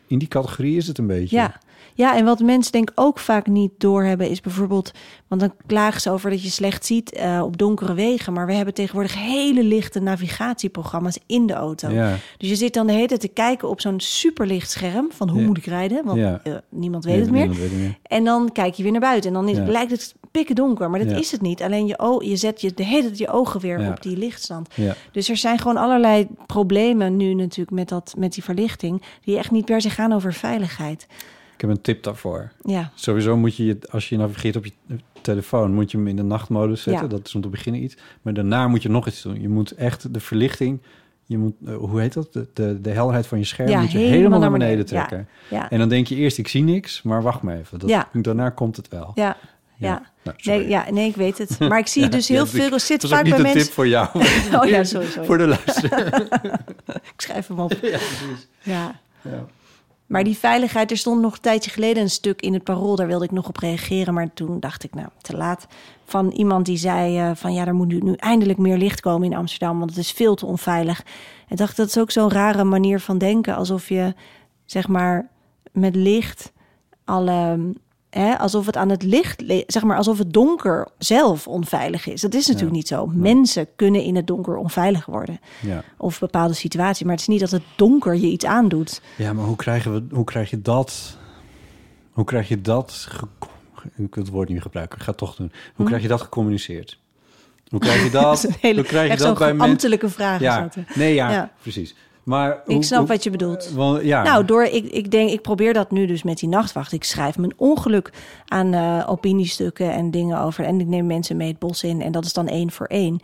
In die categorie is het een beetje.
Ja. ja, en wat mensen denk ik ook vaak niet doorhebben is bijvoorbeeld... want dan klagen ze over dat je slecht ziet eh, op donkere wegen... maar we hebben tegenwoordig hele lichte navigatieprogramma's in de auto.
Ja.
Dus je zit dan de hele tijd te kijken op zo'n superlicht scherm... van hoe
Ja.
moet ik rijden, want
Ja.
eh, niemand weet
Nee,
het meer.
niemand weet het meer.
En dan kijk je weer naar buiten en dan is-
Ja.
lijkt het pikken donker... maar dat
Ja.
is het niet. Alleen je, o- je zet je, de hele tijd je ogen weer
Ja.
op die lichtstand.
Ja.
Dus er zijn gewoon allerlei problemen nu natuurlijk met, dat, met die verlichting... die echt niet per se gaan over veiligheid.
Ik heb een tip daarvoor.
Ja.
Sowieso moet je, je- als je navigeert op je telefoon, moet je hem in de nachtmodus zetten.
Ja.
Dat is om te beginnen iets. Maar daarna moet je nog iets doen. Je moet echt de verlichting, je moet, eh, hoe heet dat? De, de, de helderheid van je scherm
Ja,
moet je helemaal,
helemaal
naar
naar
beneden,
beneden.
trekken.
Ja,
En dan denk je eerst, ik zie niks, maar wacht maar even. Dat,
Ja.
Daarna komt het wel.
ja,
Ja.
ja.
Nou, sorry.
Nee, ja, nee, ik weet het. Maar ik zie dus heel
Ja,
veel,
ik-
er zit
Dat is ook
vaak
niet
bij
een
mensen...
tip voor jou.
Oh ja, sorry, sorry.
voor de luisteraar.
Ik schrijf hem op. Ja, Ja.
Ja.
Maar die veiligheid, er stond nog een tijdje geleden een stuk in het parool. Daar wilde ik nog op reageren, maar toen dacht ik, nou, te laat. Van iemand die zei eh, van, ja, er moet nu, nu eindelijk meer licht komen in Amsterdam... want het is veel te onveilig. En dacht, dat is ook zo'n rare manier van denken. Alsof je, zeg maar, met licht alle... Hè, alsof het aan het licht, le- zeg maar, alsof het donker zelf onveilig is. Dat is natuurlijk niet zo. Mensen kunnen in het donker onveilig worden
Ja.
of bepaalde situatie. Maar het is niet dat het donker je iets aandoet.
Ja, maar hoe, krijgen we, hoe krijg je dat... Hoe krijg je dat... Ge, ik wil het woord niet meer gebruiken, ik ga het toch doen. Hoe krijg je dat gecommuniceerd? Hoe Hoe krijg je dat?
Hm? is een hele-
Hoe krijg je
echt
dat
zo'n
bij mensen?
ambtelijke vraag is
Ja,
dat, hè?
nee, ja,
Ja.
precies. Maar
Ik snap wat je bedoelt.
Want, ja,
Nou, door, ik, ik denk, ik probeer dat nu dus met die nachtwacht. Ik schrijf mijn ongeluk aan eh, opiniestukken en dingen over. En ik neem mensen mee het bos in. En dat is dan één voor één.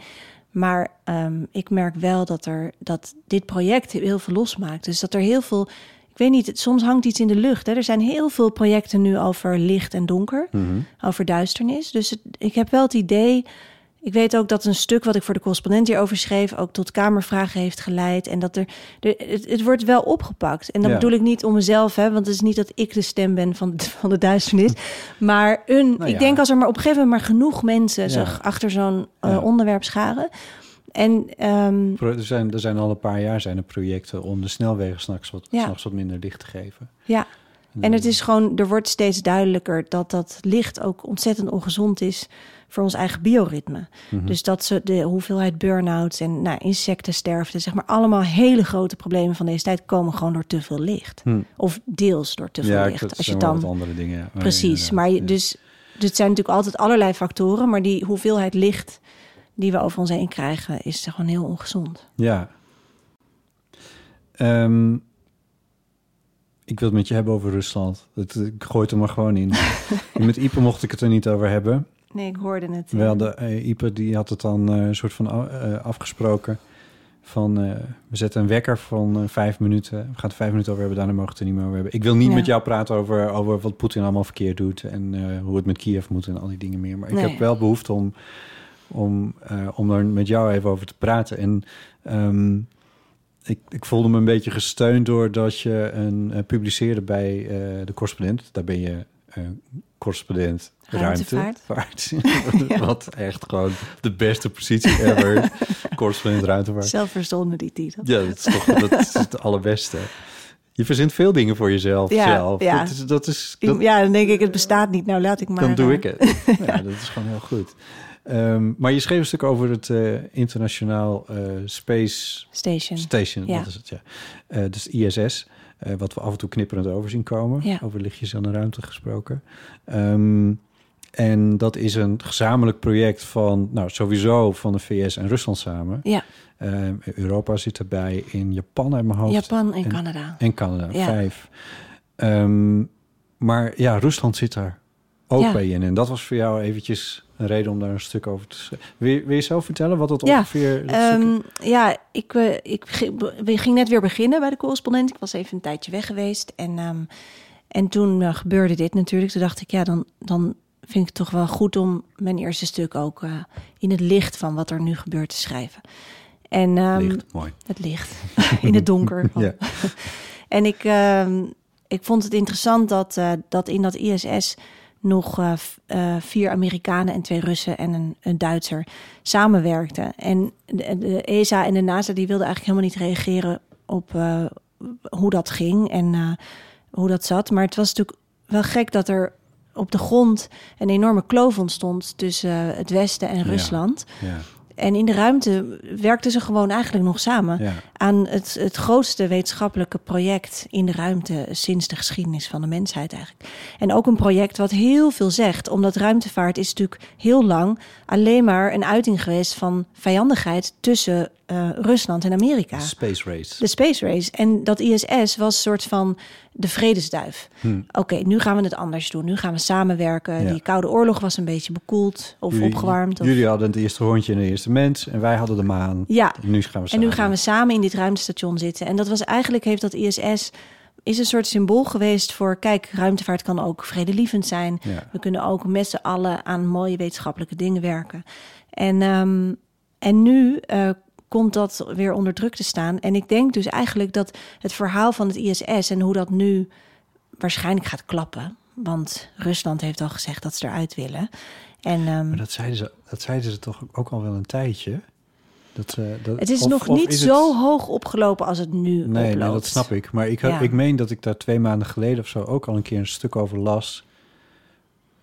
Maar ehm, ik merk wel dat, er, dat dit project heel veel losmaakt. Dus dat er heel veel. Ik weet niet, het- soms hangt iets in de lucht. Hè? Er zijn heel veel projecten nu over licht en donker, over duisternis. Dus het- ik heb wel het idee. Ik weet ook dat een stuk wat ik voor de correspondent hierover schreef ook tot kamervragen heeft geleid. En dat er. er- het, het wordt wel opgepakt. En dan
Ja.
bedoel ik niet om mezelf, hè, want het is niet dat ik de stem ben van, van de duisternis. Maar een.
Nou
Ik
ja.
denk als er maar op een gegeven moment maar genoeg mensen zich achter zo'n eh,
Ja.
onderwerp scharen. En ehm,
pro- er zijn, er zijn al een paar jaar zijn er projecten om de snelwegen s'nachts wat,
Ja.
's nachts wat minder licht te geven.
ja, en het is gewoon, er wordt steeds duidelijker dat dat licht ook ontzettend ongezond is voor ons eigen bioritme.
Mhm.
Dus dat ze de hoeveelheid burn-outs en nou, insectensterfte, zeg maar, allemaal hele grote problemen van deze tijd komen gewoon door te veel licht. Of deels door te veel
Hm. ja,
licht.
dat
Als je
zijn
dan.
wel wat andere dingen. ja. Maar
Precies,
Oh, inderdaad,
maar je,
ja.
dus het zijn natuurlijk altijd allerlei factoren, maar die hoeveelheid licht die we over ons heen krijgen is gewoon heel ongezond.
Ja. Ehm, ik wil het met je hebben over Rusland. Het, ik gooi het er maar gewoon in. met Ieper mocht ik het er niet over hebben.
Nee, ik hoorde het.
Wel, de eh, Ieper die had het dan eh, een soort van a- eh, afgesproken. Van eh, we zetten een wekker van eh, vijf minuten. We gaan het vijf minuten over hebben, daarna mogen we het er niet meer over hebben. Ik wil niet
Ja.
met jou praten over, over wat Poetin allemaal verkeerd doet. En eh, hoe het met Kiev moet en al die dingen meer. Maar ik
Nee.
heb wel behoefte om, om, eh, om er met jou even over te praten. En ehm, ik, ik voelde me een beetje gesteund doordat je een eh, publiceerde bij eh, de correspondent. Daar ben je eh, correspondent
Ruimtevaart.
ruimtevaart. Wat echt gewoon de beste positie ever. correspondent ruimtevaart.
Zelf verzonnen die titel.
Ja, dat is toch dat is het allerbeste. Je verzint veel dingen voor jezelf
Ja,
zelf.
ja.
Dat is, dat is,
Ik-
dat,
ja, dan denk ik, het bestaat niet. Nou, laat ik maar.
dan doe
eh,
ik het. ja, dat is gewoon heel goed. Ehm, maar je schreef een stuk over het eh, internationaal eh, space
Station.
Station,
Ja.
dat is het, ja. Eh, dus ISS, eh, wat we af en toe knipperend over zien komen.
Ja.
Over lichtjes aan de ruimte gesproken. Ehm, en dat is een gezamenlijk project van, nou sowieso van de VS en Rusland samen.
ja,
Ehm, Europa zit erbij, in Japan uit mijn hoofd.
Japan en,
En-
Canada.
En Canada,
Ja.
vijf. Ehm, maar ja, Rusland zit daar ook
Ja.
bij in. En dat was voor jou eventjes een reden om daar een stuk over te schrijven. Wil, je- wil je zelf vertellen wat dat
Ja,
ongeveer... dat stuk-
Ehm, ja, ik, eh, ik ge- be- ging net weer beginnen bij de correspondent. Ik was even een tijdje weg geweest. En, ehm, en toen eh, gebeurde dit natuurlijk. Toen dacht ik, ja, dan, dan vind ik het toch wel goed om mijn eerste stuk ook eh, in het licht van wat er nu gebeurt te schrijven. En, ehm, oh.
Licht, mooi.
Het licht. In het donker.
Ja.
En ik, ehm, ik vond het interessant dat, eh, dat in dat ISS nog eh, v- eh, vier Amerikanen en twee Russen en een, een Duitser samenwerkten. En de, de ESA en de NASA die wilden eigenlijk helemaal niet reageren op eh, hoe dat ging en eh, hoe dat zat. Maar het was natuurlijk wel gek dat er op de grond een enorme kloof ontstond tussen eh, het Westen en Rusland.
Ja,
En in de ruimte werkten ze gewoon eigenlijk nog samen
ja.
aan het, het grootste wetenschappelijke project in de ruimte sinds de geschiedenis van de mensheid eigenlijk. En ook een project wat heel veel zegt, omdat ruimtevaart is natuurlijk heel lang alleen maar een uiting geweest van vijandigheid tussen eh, Rusland en Amerika.
Space Race.
De Space Race. En dat ISS was een soort van de vredesduif. Oké, nu gaan we het anders doen. Nu gaan we samenwerken.
Hm. Ja.
Die Koude Oorlog was een beetje bekoeld of
Jullie-
opgewarmd. Of...
Jullie hadden het eerste hondje en de eerste mens en wij hadden de maan.
Ja.
En nu gaan we
En
samen.
nu gaan we samen in dit ruimtestation zitten. En dat was eigenlijk, heeft dat ISS, is een soort symbool geweest voor, kijk, ruimtevaart kan ook vredelievend zijn.
Ja.
We kunnen ook met z'n allen aan mooie wetenschappelijke dingen werken. En, ehm, en nu eh, komt dat weer onder druk te staan. En ik denk dus eigenlijk dat het verhaal van het ISS en hoe dat nu waarschijnlijk gaat klappen. Want Rusland heeft al gezegd dat ze eruit willen. En, ehm,
Maar dat zeiden ze, dat zeiden ze toch ook al wel een tijdje. Dat, eh, dat,
het is
of-
nog
of
niet
is het-
zo hoog opgelopen als het nu
Nee,
oploopt.
nee, dat snap ik. Maar ik, had-
Ja.
ik meen dat ik daar twee maanden geleden of zo ook al een keer een stuk over las.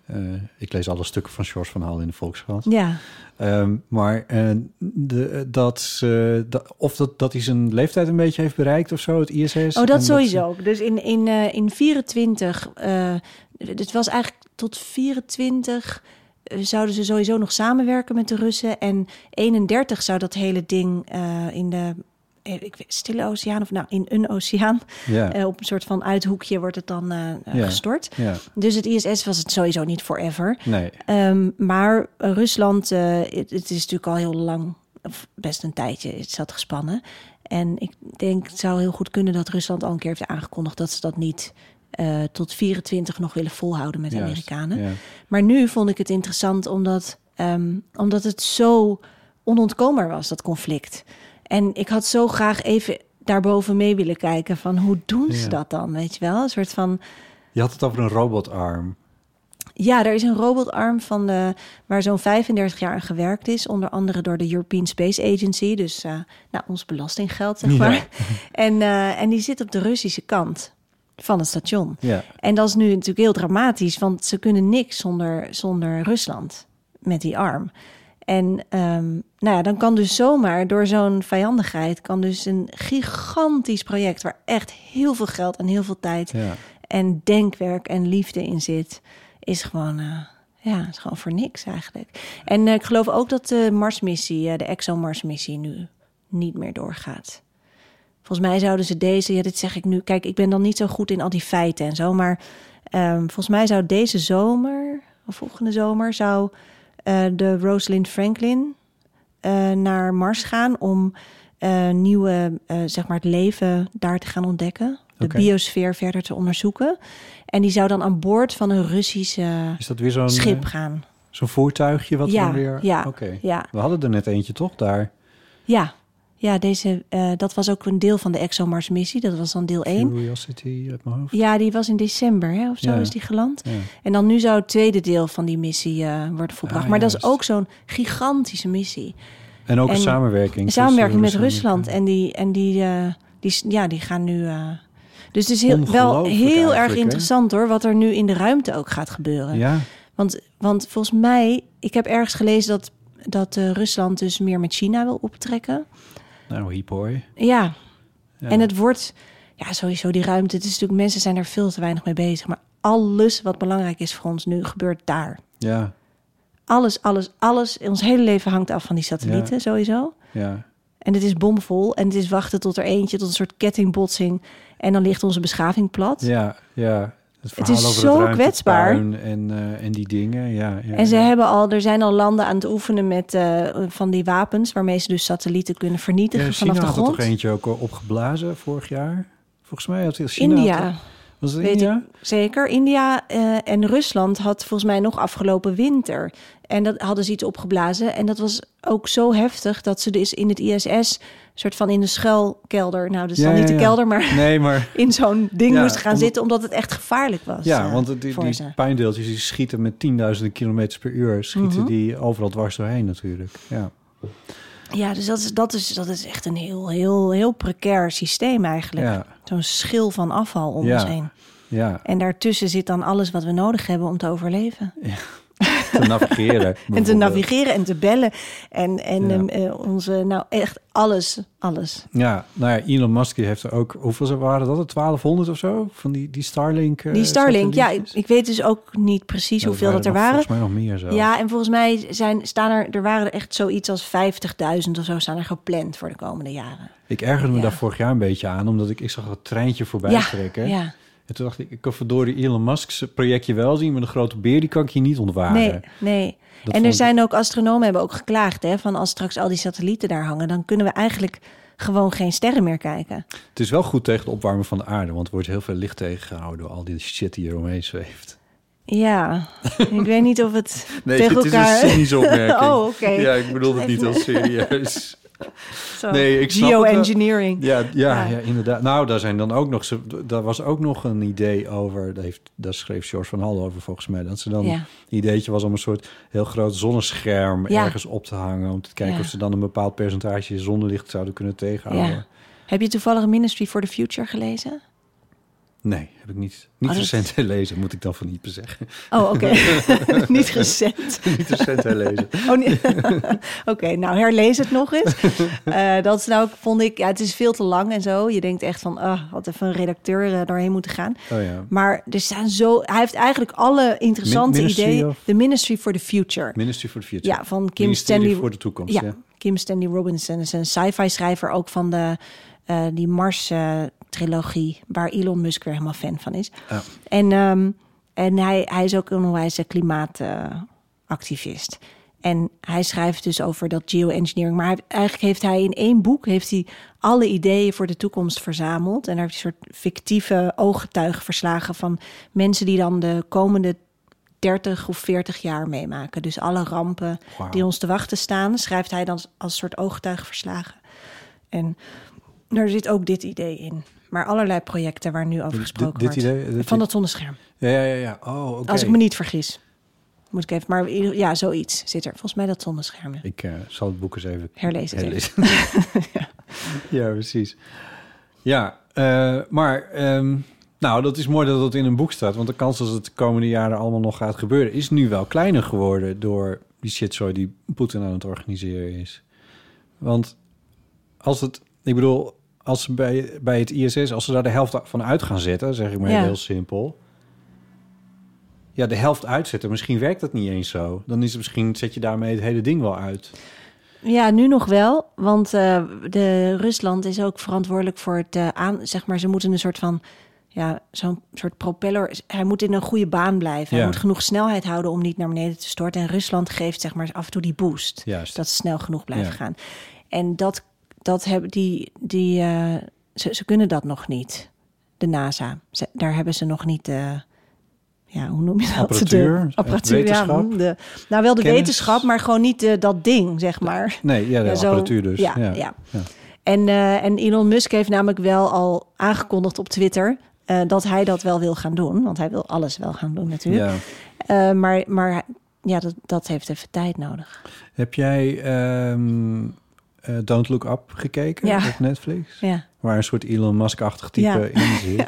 Eh, ik lees alle stukken van George van Haal in de Volkskrant.
Ja,
Ehm, maar eh, de, eh, dat, ze- dat, of dat, dat hij zijn leeftijd een beetje heeft bereikt of zo, het ISS.
oh,
en
dat
ze-
sowieso. ook. Dus in, in, eh, in 24, eh het was eigenlijk tot 24 eh, zouden ze sowieso nog samenwerken met de Russen. En 31 zou dat hele ding eh, in de eh, ik weet, Stille Oceaan of nou in een oceaan.
Ja.
eh, op een soort van uithoekje wordt het dan eh, eh,
Ja.
gestort.
Ja.
Dus het ISS was het sowieso niet forever.
Nee.
Ehm, maar eh, Rusland, eh, het, het is natuurlijk al heel lang, of best een tijdje, het zat gespannen. En ik denk, het zou heel goed kunnen dat Rusland al een keer heeft aangekondigd dat ze dat niet eh, tot 24 nog willen volhouden met de
Juist,
Amerikanen.
ja.
Maar nu vond ik het interessant omdat, ehm, omdat het zo onontkoombaar was, dat conflict. En ik had zo graag even daarboven mee willen kijken van hoe doen ze
Ja.
dat dan, weet je wel? Een soort van...
Je had het over een robotarm.
Ja, er is een robotarm van de, waar zo'n 35 jaar aan gewerkt is. Onder andere door de European Space Agency. Dus eh, nou, ons belastinggeld, zeg
Ja.
maar. En, eh, en die zit op de Russische kant van het station.
Ja.
En dat is nu natuurlijk heel dramatisch. Want ze kunnen niks zonder, zonder Rusland met die arm. En ehm, nou ja, dan kan dus zomaar door zo'n vijandigheid... kan dus een gigantisch project... waar echt heel veel geld en heel veel tijd
Ja.
en denkwerk en liefde in zit, is gewoon, eh, ja, is gewoon voor niks eigenlijk. En eh, ik geloof ook dat de Marsmissie, eh, de ExoMars-missie, nu niet meer doorgaat. Volgens mij zouden ze deze, ja, dit zeg ik nu, kijk, ik ben dan niet zo goed in al die feiten en zo, maar ehm, volgens mij zou deze zomer, of volgende zomer, zou eh, de Rosalind Franklin eh, naar Mars gaan om eh, nieuwe, eh, zeg maar, het leven daar te gaan ontdekken. De
Oké.
biosfeer verder te onderzoeken. En die zou dan aan boord van een Russische
Is dat weer zo'n
schip
eh,
gaan.
zo'n voertuigje wat
Ja,
dan weer?
ja,
Oké.
ja.
We hadden er net eentje toch daar?
Ja, ja deze, eh, dat was ook een deel van de ExoMars-missie. Dat was dan deel 1.
Curiosity uit mijn hoofd.
Ja, die was in december hè, of zo
Ja.
is die geland. En dan nu zou het tweede deel van die missie eh, worden volbracht.
Ah,
maar dat is
juist.
ook zo'n gigantische missie.
En ook
En
een samenwerking.
Een samenwerking met
tussen
Rusland. En die, en die, eh, die, s- ja, die gaan nu. eh, dus het is heel, wel
Ongelooflijk
heel erg
eigenlijk, hè?
interessant hoor, wat er nu in de ruimte ook gaat gebeuren.
Ja,
Want, want volgens mij, ik heb ergens gelezen dat, dat eh, Rusland dus meer met China wil optrekken.
nou hiep hoor.
Ja.
Ja.
En het wordt, ja, sowieso die ruimte. Het is natuurlijk, mensen zijn er veel te weinig mee bezig. Maar alles wat belangrijk is voor ons nu gebeurt daar.
Ja,
Alles, alles, alles. Ons hele leven hangt af van die satellieten
Ja.
sowieso.
ja.
En het is bomvol. En het is wachten tot er eentje, tot een soort kettingbotsing. En dan ligt onze beschaving plat.
Ja, ja.
Het
verhaal
is
over
zo
ruimtepuin
kwetsbaar.
En, eh, en die dingen, ja. ja
En ze
ja.
hebben al, er zijn al landen aan het oefenen met eh, van die wapens, waarmee ze dus satellieten kunnen vernietigen
Ja,
vanaf
China
de
had er
grond.
toch eentje ook eh, opgeblazen vorig jaar? Volgens mij had China...
India,
toch- was het
weet
India?
ik zeker. India eh, en Rusland had volgens mij nog afgelopen winter. En dat hadden ze iets opgeblazen. En dat was ook zo heftig dat ze dus in het ISS, soort van in de schuilkelder, nou, dus
Ja,
dan
ja,
niet de
ja.
kelder, maar
Nee, maar...
in zo'n ding
Ja,
moesten gaan
omdat-
zitten, omdat het echt gevaarlijk was.
Ja,
eh,
want het- die,
voor
die
ze.
pijndeeltjes die schieten met tienduizenden kilometers per uur... schieten
Mhm.
die overal dwars doorheen natuurlijk. Ja,
Ja, dus dat is, dat is, dat is echt een heel, heel, heel precair systeem eigenlijk.
Ja.
Zo'n schil van afval om
Ja.
ons heen.
ja.
En daartussen zit dan alles wat we nodig hebben om te overleven.
te navigeren.
en te
bijvoorbeeld.
navigeren en te bellen. En, en
Ja.
ehm, eh, onze, nou echt alles, alles.
Ja, nou ja, Elon Musk die heeft er ook... Hoeveel ze waren dat? er? 1200 of zo? Van die, die Starlink... eh,
Die Starlink, ja, ik,
satellietjes?
ik weet dus ook niet precies
Nou,
hoeveel dat er
nog-
waren.
Volgens mij nog meer zo.
Ja, en volgens mij zijn, staan er, er waren er echt zoiets als 50.000 of zo staan er gepland voor de komende jaren.
Ik ergerde me
Ja.
daar vorig jaar een beetje aan, omdat ik, ik zag dat treintje voorbij
Ja,
trekken.
ja.
En toen dacht ik, ik kan verdorie Elon Musk's projectje wel zien, maar de grote beer die kan ik hier niet ontwaren.
Nee, nee.
Dat
en
vond
er
ik-
zijn ook astronomen hebben ook geklaagd hè, van als straks al die satellieten daar hangen, dan kunnen we eigenlijk gewoon geen sterren meer kijken.
Het is wel goed tegen het opwarmen van de aarde, want er wordt heel veel licht tegengehouden door al die shit die eromheen zweeft.
Ja, ik weet niet of het tegen elkaar.
opmerking.
Oh, oké. Ja,
ik bedoel het niet als serieus.
Zo,
nee, ik snap het wel.
Geoengineering.
Ja, ja,
Ja.
ja. inderdaad. Nou, daar zijn dan ook nog, ze- daar was ook nog een idee over. Daar, heeft, daar schreef George van Hal over volgens mij. Dat ze dan
Ja.
een ideetje was om een soort heel groot zonnescherm
Ja.
ergens op te hangen. Om te kijken
Ja.
of ze dan een bepaald percentage zonnelicht zouden kunnen
Ja.
tegenhouden.
Heb je toevallig Ministry for the Future gelezen?
Nee, heb ik niet. Niet
Oh, dat-
recent gelezen, moet ik dan van Ipe zeggen.
Oh, oké. Niet recent.
niet recent herlezen.
Oh, nee. Oké, nou herlees het nog eens. Eh, dat is nou, vond ik, ja, het is veel te lang en zo. Je denkt echt van, ah, had even een redacteur eh, doorheen moeten gaan.
Oh ja.
Maar er staan zo, hij heeft eigenlijk alle interessante
Min- Ministry
ideeën.
of-
De Ministry for the Future.
Ministry for the Future.
Ja, van Kim
Ministerie
Stanley.
voor de toekomst.
Ja,
Ja.
Kim Stanley Robinson is een sci-fi schrijver ook van de, eh, die Mars-trilogie, eh, waar Elon Musk weer helemaal fan van is.
Ja.
En, ehm, en hij, hij is ook een onwijze klimaatactivist. en hij schrijft dus over dat geoengineering. Maar hij, heeft- eigenlijk heeft hij in één boek heeft hij alle ideeën voor de toekomst verzameld. En daar heeft hij een soort fictieve ooggetuigenverslagen van mensen die dan de komende 30 of 40 jaar meemaken. Dus alle rampen
Wauw.
die ons te wachten staan, schrijft hij dan als soort ooggetuigenverslagen. En daar zit ook dit idee in. Maar allerlei projecten waar nu over
Dit-
gesproken
dit
wordt.
idee- dit-
van dat zonnescherm.
Ja, ja, ja. ja. Oh, oké.
Als ik me niet vergis. Moet ik even, maar in ieder- ja, zoiets zit er. Volgens mij dat zonnescherm. ja.
Ik eh, zal het boek eens even
Herlees het even.
herlezen. ja. precies. Ja, eh, maar ehm, nou, dat is mooi dat het in een boek staat. Want de kans dat het de komende jaren allemaal nog gaat gebeuren... is nu wel kleiner geworden door die shitzooi die Poetin aan het organiseren is. Want als het... Ik bedoel, als ze bij, bij het ISS... als ze daar de helft van uit gaan zetten, zeg ik maar
Ja.
heel simpel... Ja, de helft uitzetten. Misschien werkt dat niet eens zo. Dan is het misschien, zet je daarmee het hele ding wel uit.
Ja, nu nog wel. Want eh, de Rusland is ook verantwoordelijk voor het eh, aan... Zeg maar, ze moeten een soort van... Ja, zo'n soort propeller... Hij moet in een goede baan blijven.
Ja.
Hij moet genoeg snelheid houden om niet naar beneden te storten. En Rusland geeft zeg maar af en toe die boost.
Juist.
Dat ze snel genoeg blijven
Ja.
gaan. En dat, dat hebben die... die eh, ze, ze kunnen dat nog niet. De NASA. Ze- daar hebben ze nog niet... de ja, hoe noem je dat?
Apparatuur,
De, apparatuur, ja.
wetenschap.
De, nou, wel de
Kennis.
wetenschap, maar gewoon niet eh, dat ding, zeg maar.
Nee, ja, de
Ja, zo-
apparatuur dus.
Ja, ja. En, eh, en Elon Musk heeft namelijk wel al aangekondigd op Twitter eh, dat hij dat wel wil gaan doen. Want hij wil alles wel gaan doen natuurlijk.
Ja.
Eh, maar maar ja, dat, dat heeft even tijd nodig.
Heb jij ehm, eh, Don't Look Up gekeken
Ja.
op Netflix?
Ja.
Waar een soort Elon Musk-achtig type
Ja.
in zit.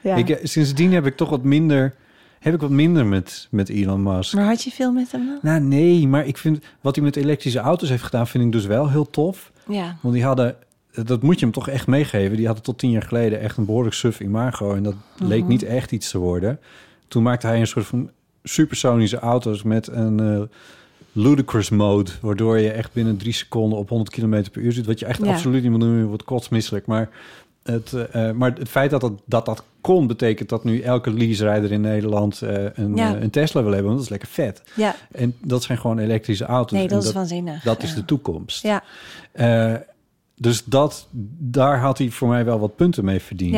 ja.
Ik, eh, sindsdien heb ik toch wat minder, heb ik wat minder met, met Elon Musk.
maar had je veel met hem dan?
Nou nee, maar ik vind wat hij met elektrische auto's heeft gedaan, vind ik dus wel heel tof.
Ja.
Want die hadden, dat moet je hem toch echt meegeven. Die hadden tot tien jaar geleden echt een behoorlijk suf imago. En dat
Mhm.
leek niet echt iets te worden. Toen maakte hij een soort van supersonische auto's met een eh, ludicrous mode. Waardoor je echt binnen drie seconden op 100 km per uur zit. Wat je echt
Ja.
absoluut niet moet doen. Je wordt kotsmisselijk. Maar het, eh, eh, maar het feit dat dat, dat dat kon, betekent dat nu elke leaserijder in Nederland eh, een,
Ja.
eh, een Tesla wil hebben. Want dat is lekker vet.
ja.
En dat zijn gewoon elektrische auto's.
Nee,
En
dat, is waanzinnig.
dat is de toekomst.
Ja.
Eh, dus dat, daar had hij voor mij wel wat punten mee verdiend.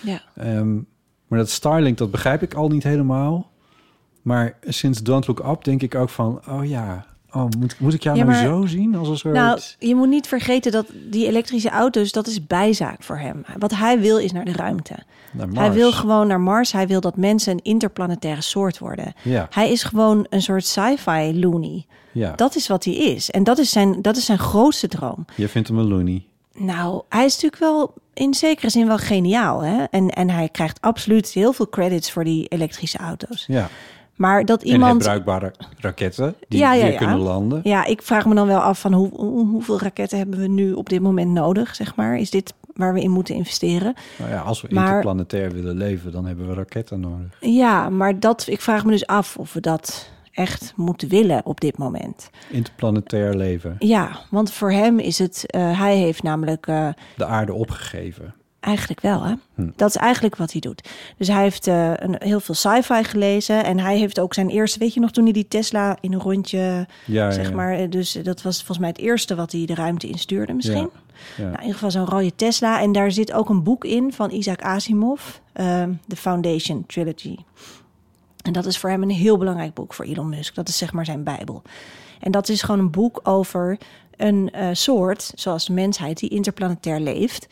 Ja. Ja.
Ehm, maar dat Starlink, dat begrijp ik al niet helemaal. Maar sinds Don't Look Up denk ik ook van... oh ja, oh, moet, moet ik jou
Ja,
nou
maar-
zo zien als een soort...
Nou, je moet niet vergeten dat die elektrische auto's, dat is bijzaak voor hem. Wat hij wil is naar de ruimte.
naar
Hij
Mars?
wil gewoon naar Mars. Hij wil dat mensen een interplanetaire soort worden.
Ja.
Hij is gewoon een soort sci-fi loony.
Ja,
Dat is wat hij is. En dat is, zijn, dat is zijn grootste droom.
je vindt hem een loony.
Nou, hij is natuurlijk wel in zekere zin wel geniaal. Hè? En, en hij krijgt absoluut heel veel credits voor die elektrische auto's.
Ja.
Maar dat
En
iemand...
herbruikbare raketten die
Ja, ja,
weer
ja.
kunnen landen.
Ja, ik vraag me dan wel af van hoe, hoe- hoeveel raketten hebben we nu op dit moment nodig, zeg maar. Is dit waar we in moeten investeren?
Nou ja, als we
Maar-
interplanetair willen leven, dan hebben we raketten nodig.
Ja, maar dat, ik vraag me dus af of we dat echt moeten willen op dit moment.
Interplanetair leven.
Ja, want voor hem is het, eh, hij heeft namelijk eh,
De aarde opgegeven.
eigenlijk wel, hè?
Hm.
Dat is eigenlijk wat hij doet. Dus hij heeft eh, een, heel veel sci-fi gelezen en hij heeft ook zijn eerste, weet je nog, toen hij die Tesla in een rondje,
Ja, ja,
zeg
ja.
maar, eh, dus dat was volgens mij het eerste wat hij de ruimte instuurde, misschien.
Ja.
Nou, in ieder geval zo'n rode Tesla. En daar zit ook een boek in van Isaac Asimov, eh, de Foundation Trilogy. En dat is voor hem een heel belangrijk boek voor Elon Musk. Dat is zeg maar zijn Bijbel. En dat is gewoon een boek over een eh, soort, zoals de mensheid, die interplanetair leeft.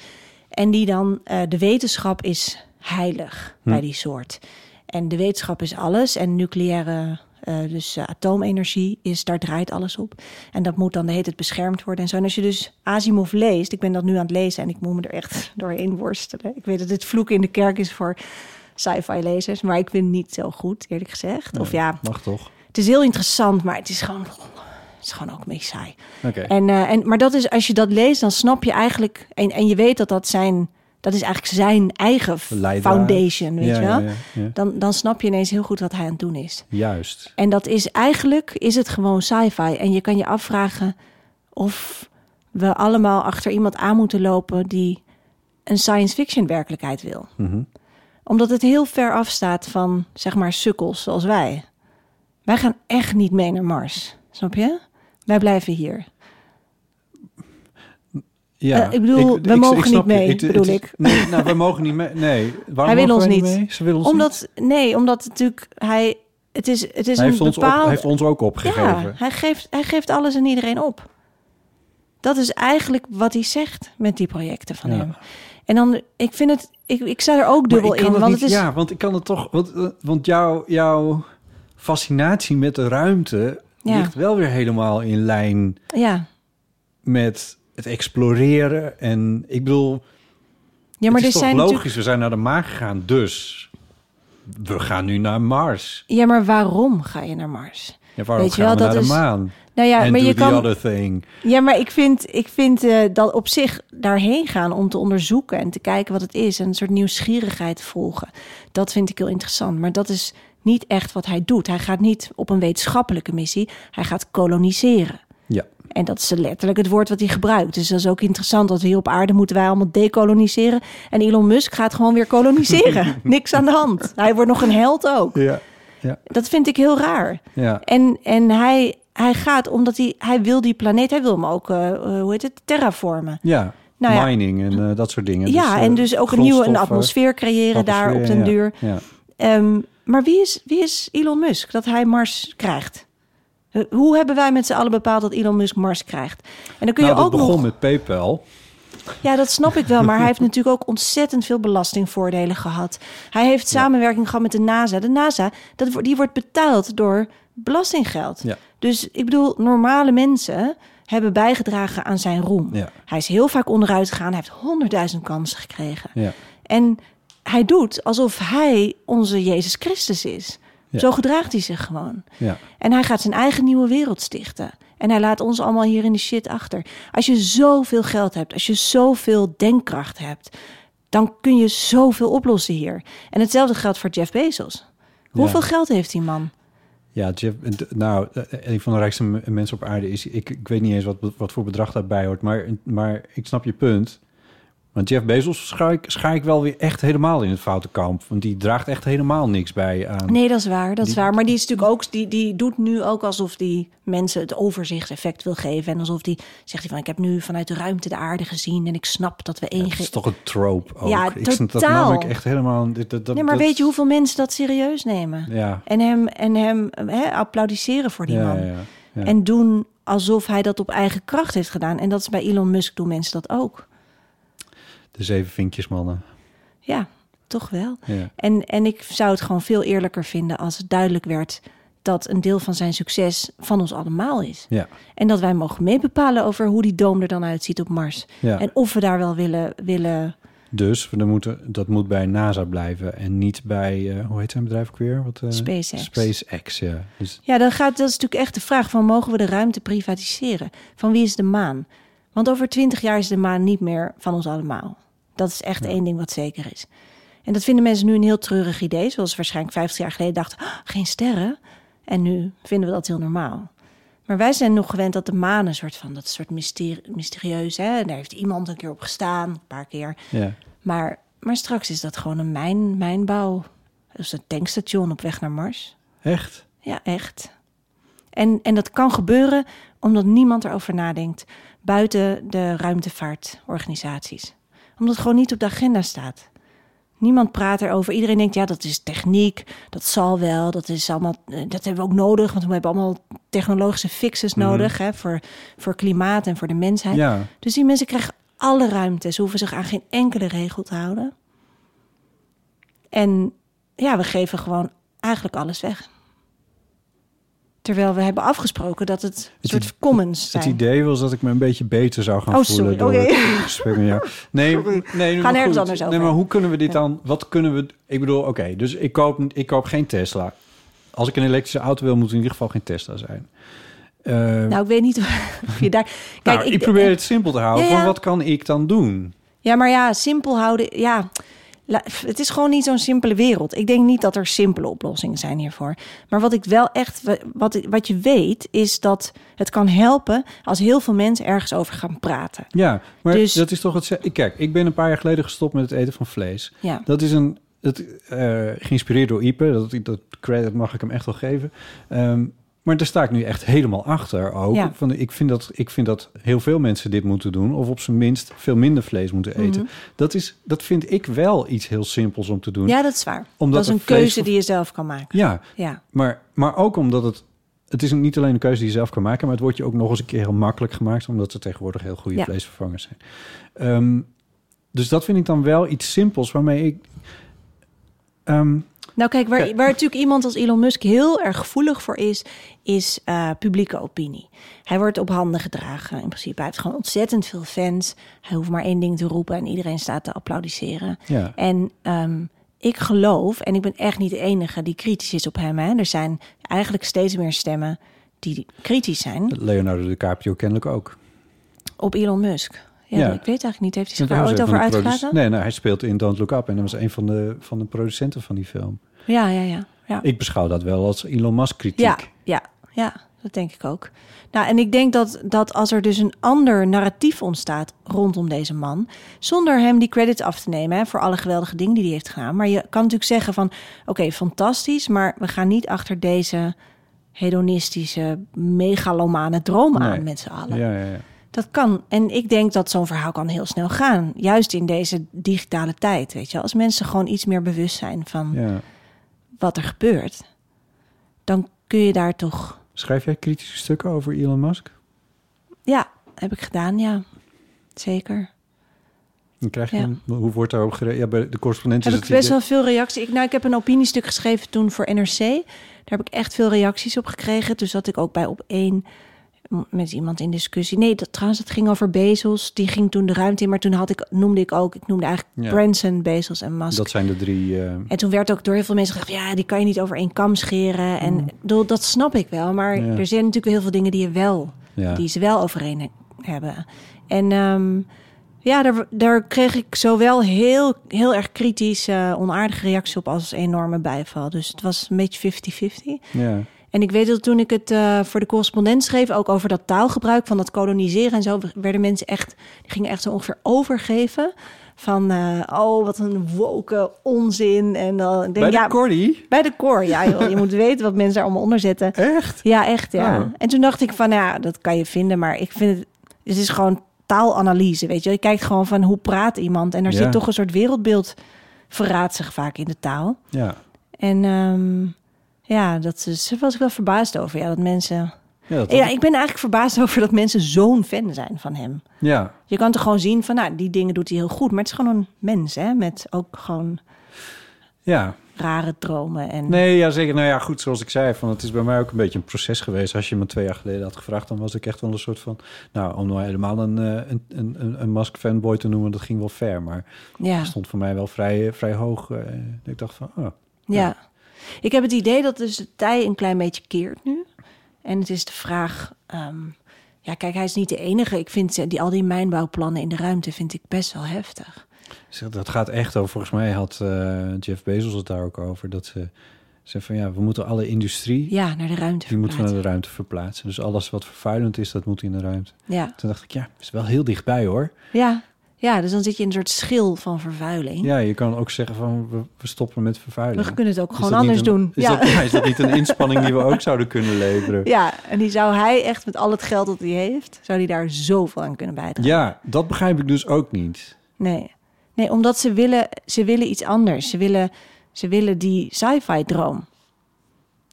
En die dan, eh, de wetenschap is heilig bij die soort. En de wetenschap is alles. En nucleaire Uh, dus uh, atoomenergie is, daar draait alles op. En dat moet dan de hele tijd beschermd worden en zo. En als je dus Asimov leest, ik ben dat nu aan het lezen en ik moet me er echt doorheen worstelen. Ik weet dat dit vloek in de kerk is voor sci-fi lezers, maar ik vind het niet zo goed, eerlijk gezegd. Nee, of ja,
mag toch?
Het is heel interessant, maar het is gewoon, het is gewoon ook een beetje saai.
Okay.
En, uh, en, maar dat is, als je dat leest, dan snap je eigenlijk, en, en je weet dat dat zijn dat is eigenlijk zijn eigen Leidraad. foundation, weet ja, je wel? Ja, ja, dan, dan snap je ineens heel goed wat hij aan het doen is.
Juist.
En dat is eigenlijk, is het gewoon sci-fi. En je kan je afvragen of we allemaal achter iemand aan moeten lopen die een science fiction werkelijkheid wil.
Mm-hmm.
Omdat het heel ver afstaat van, zeg maar, sukkels zoals wij. Wij gaan echt niet mee naar Mars, snap je? Wij blijven hier. Ja, uh, ik bedoel, ik, we ik, mogen ik niet mee, je. bedoel
het,
ik.
Nee, nou, we mogen niet mee. Nee, waarom hij wil ons niet mee? Ze wil ons
omdat,
niet.
Nee, omdat natuurlijk hij... Het is, het is hij een
heeft
bepaald... Ons op,
hij heeft ons ook opgegeven.
Ja, hij geeft, hij geeft alles en iedereen op. Dat is eigenlijk wat hij zegt met die projecten van ja. hem. En dan, ik vind het... Ik, ik sta er ook dubbel in, want
niet,
het is...
Ja, want ik kan het toch... Want, eh, want jouw, jouw fascinatie met de ruimte... Ja. ligt wel weer helemaal in lijn...
Ja.
met het exploreren. En ik bedoel,
ja, maar
het is
toch zijn
logisch,
natuurlijk...
we zijn naar de maan gegaan, dus we gaan nu naar Mars.
Ja, maar waarom ga je naar Mars?
Ja, waarom Weet gaan je wel, we dat naar is... de maan?
Nou ja,
And
maar je kan...
other thing.
Ja, maar ik vind, ik vind uh, dat op zich daarheen gaan om te onderzoeken en te kijken wat het is. En een soort nieuwsgierigheid volgen. Dat vind ik heel interessant. Maar dat is niet echt wat hij doet. Hij gaat niet op een wetenschappelijke missie. Hij gaat koloniseren.
Ja.
En dat is letterlijk het woord wat hij gebruikt. Dus dat is ook interessant. Dat we hier op aarde moeten wij allemaal decoloniseren. En Elon Musk gaat gewoon weer koloniseren. Niks aan de hand. Hij wordt nog een held ook.
Ja, ja.
Dat vind ik heel raar.
Ja.
En, en hij, hij gaat omdat hij, hij wil die planeet, hij wil hem ook, uh, hoe heet het, terraformen.
Ja,
nou
mining en uh, dat soort dingen.
Ja,
dus,
uh, en dus ook een nieuwe een atmosfeer creëren atmosfeer, daar op den
ja,
duur.
Ja.
Um, maar wie is, wie is Elon Musk dat hij Mars krijgt? Hoe hebben wij met z'n allen bepaald dat Elon Musk Mars krijgt? En dan kun je
nou, dat
ook
begon
nog...
met PayPal.
Ja, dat snap ik wel. Maar hij heeft natuurlijk ook ontzettend veel belastingvoordelen gehad. Hij heeft samenwerking gehad met de NASA. De NASA, dat, die wordt betaald door belastinggeld.
Ja.
Dus ik bedoel, normale mensen hebben bijgedragen aan zijn roem.
Ja.
Hij is heel vaak onderuit gegaan. Hij heeft honderdduizend kansen gekregen.
Ja.
En hij doet alsof hij onze Jezus Christus is.
Ja.
Zo gedraagt hij zich gewoon.
Ja.
En hij gaat zijn eigen nieuwe wereld stichten. En hij laat ons allemaal hier in de shit achter. Als je zoveel geld hebt, als je zoveel denkkracht hebt, dan kun je zoveel oplossen hier. En hetzelfde geldt voor Jeff Bezos. Hoeveel geld heeft die man?
Ja, Jeff, nou, een van de rijkste m- mensen op aarde is... Ik, ik weet niet eens wat, wat voor bedrag daarbij hoort, maar, maar ik snap je punt. Want Jeff Bezos schaar ik, schaar ik wel weer echt helemaal in het foute kamp. Want die draagt echt helemaal niks bij aan.
Nee, dat is waar, dat is
Die-
waar. Maar die is natuurlijk ook, die, die doet nu ook alsof die mensen het overzichtseffect wil geven. En alsof die zegt hij van, ik heb nu vanuit de ruimte de aarde gezien en ik snap dat we één...
Dat
ge-
is toch een trope ook.
Ja,
ik snap dat
totaal.
namelijk echt helemaal... Dat, dat,
nee, maar
dat-
weet je hoeveel mensen dat serieus nemen?
Ja,
En hem, en hem hè, applaudisseren voor die
ja,
man.
ja, ja, ja.
En doen alsof hij dat op eigen kracht heeft gedaan. En dat is bij Elon Musk doen mensen dat ook.
De zeven vinkjes mannen.
Ja, toch wel.
Ja.
En, en ik zou het gewoon veel eerlijker vinden als het duidelijk werd dat een deel van zijn succes van ons allemaal is.
Ja.
En dat wij mogen meebepalen over hoe die doom er dan uitziet op Mars.
Ja.
En of we daar wel willen. willen...
Dus we dan moeten, dat moet bij NASA blijven en niet bij, eh, hoe heet zijn bedrijf ook weer? Wat, eh,
SpaceX.
SpaceX, ja. Dus,
Ja, dan gaat, dat is natuurlijk echt de vraag van mogen we de ruimte privatiseren? Van wie is de maan? Want over twintig jaar is de maan niet meer van ons allemaal. Dat is echt één ding wat zeker is. En dat vinden mensen nu een heel treurig idee. Zoals ze waarschijnlijk 50 jaar geleden dachten, "Ah, geen sterren. En nu vinden we dat heel normaal. Maar wij zijn nog gewend dat de maan een soort van, dat soort mysterie, mysterieus, hè? daar heeft iemand een keer op gestaan, een paar keer.
ja.
Maar, maar straks is dat gewoon een mijn, mijnbouw. Dus een tankstation op weg naar Mars.
Echt?
Ja, echt. En, en dat kan gebeuren omdat niemand erover nadenkt buiten de ruimtevaartorganisaties. Omdat het gewoon niet op de agenda staat. Niemand praat erover. Iedereen denkt, ja, dat is techniek, dat zal wel, dat is allemaal, eh, dat hebben we ook nodig, want we hebben allemaal technologische fixes nodig hè, voor, voor klimaat en voor de mensheid.
Ja.
Dus die mensen krijgen alle ruimte. Ze hoeven zich aan geen enkele regel te houden. En ja, we geven gewoon eigenlijk alles weg. Terwijl we hebben afgesproken dat het een soort van commons zijn.
Het idee was dat ik me een beetje beter zou gaan
Oh,
voelen
sorry.
door
Oké.
het gesprek met jou. Nee, nee, nee, maar
nergens
goed.
anders over.
Nee, maar hoe kunnen we dit
Ja.
dan? Wat kunnen we? Ik bedoel, oké, dus ik koop, ik koop geen Tesla. Als ik een elektrische auto wil, moet het in ieder geval geen Tesla zijn. Eh, nou,
Nou, ik weet niet of of je daar... Kijk,
ik, probeer het simpel te houden.
Ja,
van
ja.
wat kan ik dan doen?
Ja, maar ja, simpel houden. Ja, la- het is gewoon niet zo'n simpele wereld. Ik denk niet dat er simpele oplossingen zijn hiervoor. Maar wat ik wel echt, wat, wat je weet, is dat het kan helpen als heel veel mensen ergens over gaan praten.
Ja, maar
Dus-
dat is toch het. ze- Kijk, ik ben een paar jaar geleden gestopt met het eten van vlees.
Ja.
Dat is een. Het, eh, geïnspireerd door Ipe. Dat, dat credit mag ik hem echt wel geven. Ehm, maar daar sta ik nu echt helemaal achter ook.
Ja.
Van, ik, vind dat, ik vind dat heel veel mensen dit moeten doen. Of op zijn minst veel minder vlees moeten eten.
Mhm.
dat, is, dat vind ik wel iets heel simpels om te doen.
Ja, dat is waar.
Omdat
dat is
een
een keuze
vlees-
die je zelf kan maken.
Ja,
Ja,
maar, maar ook omdat het... Het is niet alleen een keuze die je zelf kan maken... maar het wordt je ook nog eens een keer heel makkelijk gemaakt... omdat er tegenwoordig heel goede
Ja.
vleesvervangers zijn. Ehm, dus dat vind ik dan wel iets simpels waarmee ik... ehm,
nou kijk, waar,
Kijk.
waar natuurlijk iemand als Elon Musk heel erg gevoelig voor is, is eh, publieke opinie. Hij wordt op handen gedragen in principe. Hij heeft gewoon ontzettend veel fans. Hij hoeft maar één ding te roepen en iedereen staat te applaudisseren.
ja.
En ehm, ik geloof, en ik ben echt niet de enige die kritisch is op hem. Hè. Er zijn eigenlijk steeds meer stemmen die kritisch zijn
Leonardo DiCaprio kennelijk ook.
op Elon Musk. Ja,
Ja.
Ik weet eigenlijk niet. Heeft hij zich
Hij
daar
was
ooit
een van
over
de produ-
uitgelaten?
Nee, nou, hij speelt in Don't Look Up... en hij was een van de, van de producenten van die film.
Ja, ja, ja. ja.
Ik beschouw dat wel als Elon Musk-kritiek.
Ja, ja, ja, dat denk ik ook. Nou, en ik denk dat, dat als er dus een ander narratief ontstaat rondom deze man, zonder hem die credits af te nemen hè, voor alle geweldige dingen die hij heeft gedaan. Maar je kan natuurlijk zeggen van, oké, fantastisch, maar we gaan niet achter deze hedonistische, megalomane droom
Nee.
aan met z'n allen.
Ja, ja, ja.
Dat kan. En ik denk dat zo'n verhaal kan heel snel gaan. Juist in deze digitale tijd, weet je. Als mensen gewoon iets meer bewust zijn van
ja.
wat er gebeurt, dan kun je daar toch
Schrijf jij kritische stukken over Elon Musk?
Ja, heb ik gedaan, ja. Zeker.
Dan krijg je
Ja.
een- hoe wordt daarop gereageerd? Ja, bij de correspondent is
heb
het
ik best
idee-
wel veel reacties. Ik, nou, ik heb een opiniestuk geschreven toen voor NRC. Daar heb ik echt veel reacties op gekregen. Toen zat ik ook bij op één m- met iemand in discussie. Nee, dat, trouwens, het ging over Bezos. Die ging toen de ruimte in. Maar toen had ik, noemde ik ook, ik noemde eigenlijk
Ja.
Branson, Bezos en Musk.
Dat zijn de drie. eh,
En toen werd ook door heel veel mensen gezegd... ja, die kan je niet over één kam scheren. En ik bedoel, dat snap ik wel. Maar
Mm. Ja.
er zijn natuurlijk heel veel dingen die je wel...
ja.
die ze wel overeen he- hebben. En ehm, ja, daar, daar kreeg ik zowel heel, heel erg kritisch, eh, onaardige reacties op als enorme bijval. Dus het was een beetje 50-50.
ja.
En ik weet dat toen ik het eh, voor de correspondent schreef, ook over dat taalgebruik van dat koloniseren en zo, werden mensen echt, die gingen echt zo ongeveer overgeven. Van, eh, oh, wat een woke onzin. En dan ik denk
Bij de
ja,
Corrie?
bij de core, ja, joh. je moet weten wat mensen daar allemaal onder zetten.
Echt?
Ja, echt, ja.
Oh.
En toen dacht ik van, nou ja, dat kan je vinden, maar ik vind het... Het is gewoon taalanalyse, weet je. Je kijkt gewoon van, hoe praat iemand? En er
Ja.
zit toch een soort wereldbeeld, verraadt zich vaak in de taal.
Ja.
En ehm, ja, dat is, daar was ik wel verbaasd over, ja, dat mensen...
Ja, dat
Ja, ik ben eigenlijk verbaasd over dat mensen zo'n fan zijn van hem.
ja.
Je kan toch gewoon zien van, nou, die dingen doet hij heel goed. Maar het is gewoon een mens, hè, met ook gewoon
ja.
rare dromen en...
Nee, ja, zeker. Nou ja, goed, zoals ik zei, van, het is bij mij ook een beetje een proces geweest. Als je me twee jaar geleden had gevraagd, dan was ik echt wel een soort van... Nou, om nou helemaal een, eh, een, een, een, een Musk-fanboy te noemen, dat ging wel ver. Maar
ja.
het stond voor mij wel vrij, eh, vrij hoog. eh. ik dacht van, oh,
Ja. Ik heb het idee dat dus de tij een klein beetje keert nu. En het is de vraag... ehm, ja, kijk, hij is niet de enige. Ik vind ze- die, al die mijnbouwplannen in de ruimte vind ik best wel heftig.
Zeg, Dus Dat gaat echt over, volgens mij had eh, Jeff Bezos het daar ook over. Dat ze zei van ja, we moeten alle industrie,
Ja, naar de ruimte
die moeten we naar
verplaatsen.
de ruimte verplaatsen. Dus alles wat vervuilend is, dat moet in de ruimte.
Ja.
Toen dacht ik, ja, is wel heel dichtbij hoor.
Ja. ja, dus dan zit je in een soort schil van vervuiling.
Ja, je kan ook zeggen van we, we stoppen met vervuiling.
We kunnen het ook
Is
gewoon
dat niet
anders
een-
doen.
Is,
Ja.
dat, ja, is dat niet een inspanning die we ook zouden kunnen leveren?
ja, en die zou hij echt met al het geld dat hij heeft... zou die daar zoveel aan kunnen bijdragen.
Ja, dat begrijp ik dus ook niet.
Nee. Nee, omdat ze willen, ze willen iets anders. Ze willen, ze willen die sci-fi droom.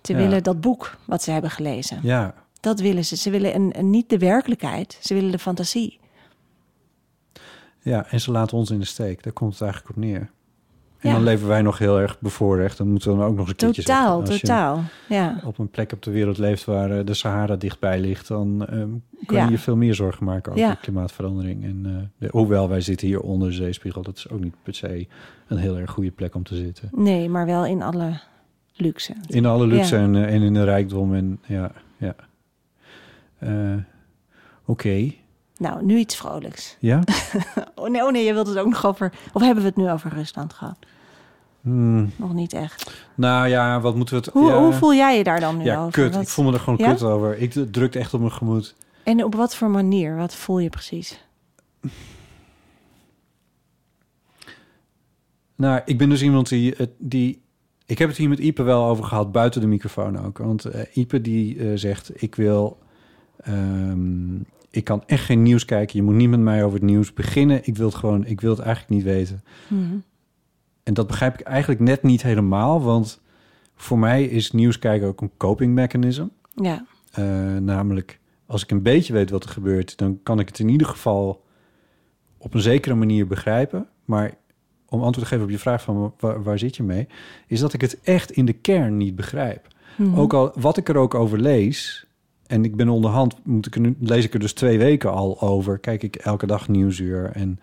Ze
Ja.
willen dat boek wat ze hebben gelezen.
Ja,
Dat willen ze. Ze willen een, een- niet de werkelijkheid. Ze willen de fantasie.
ja, en ze laten ons in de steek. Daar komt het eigenlijk op neer. En
Ja.
dan leven wij nog heel erg bevoorrecht. Dan moeten we dan ook nog eens een keertje
Totaal,
zeggen, als je-
totaal. Ja.
op een plek op de wereld leeft waar eh, de Sahara dichtbij ligt, dan ehm, kan
Ja.
je je veel meer zorgen maken over
Ja.
klimaatverandering. En, eh, de- hoewel wij zitten hier onder de zeespiegel, dat is ook niet per se een heel erg goede plek om te zitten.
Nee, maar wel in alle luxe.
In alle luxe
Ja.
en, eh, en in de rijkdom. En ja, ja. Eh, Oké,
Nou, nu iets vrolijks.
ja.
Oh nee, oh nee, je wilt het ook nog over... Of hebben we het nu over Rusland gehad?
Hmm,
Nog niet echt.
Nou ja, wat moeten we het...
Hoe,
ja,
hoe voel jij je daar dan nu
ja
over?
kut.
Wat-
Ik voel me er gewoon
Ja?
kut over. Ik het drukt echt op mijn gemoed.
En op wat voor manier? Wat voel je precies?
Nou, ik ben dus iemand die, het- die... Ik heb het hier met Ipe wel over gehad, buiten de microfoon ook. Want eh, Ipe die eh, zegt, ik wil... ehm, ik kan echt geen nieuws kijken. Je moet niet met mij over het nieuws beginnen. Ik wil het gewoon... Ik wil het eigenlijk niet weten.
Mhm.
En dat begrijp ik eigenlijk net niet helemaal. Want voor mij is nieuws kijken ook een coping mechanism.
Ja,
Eh, namelijk, als ik een beetje weet wat er gebeurt, dan kan ik het in ieder geval op een zekere manier begrijpen. Maar om antwoord te geven op je vraag van waar, waar zit je mee, is dat ik het echt in de kern niet begrijp. Ook al wat ik er ook over lees, en ik ben onderhand, moet ik er nu, lees ik er dus twee weken al over, kijk ik elke dag nieuwsuur en.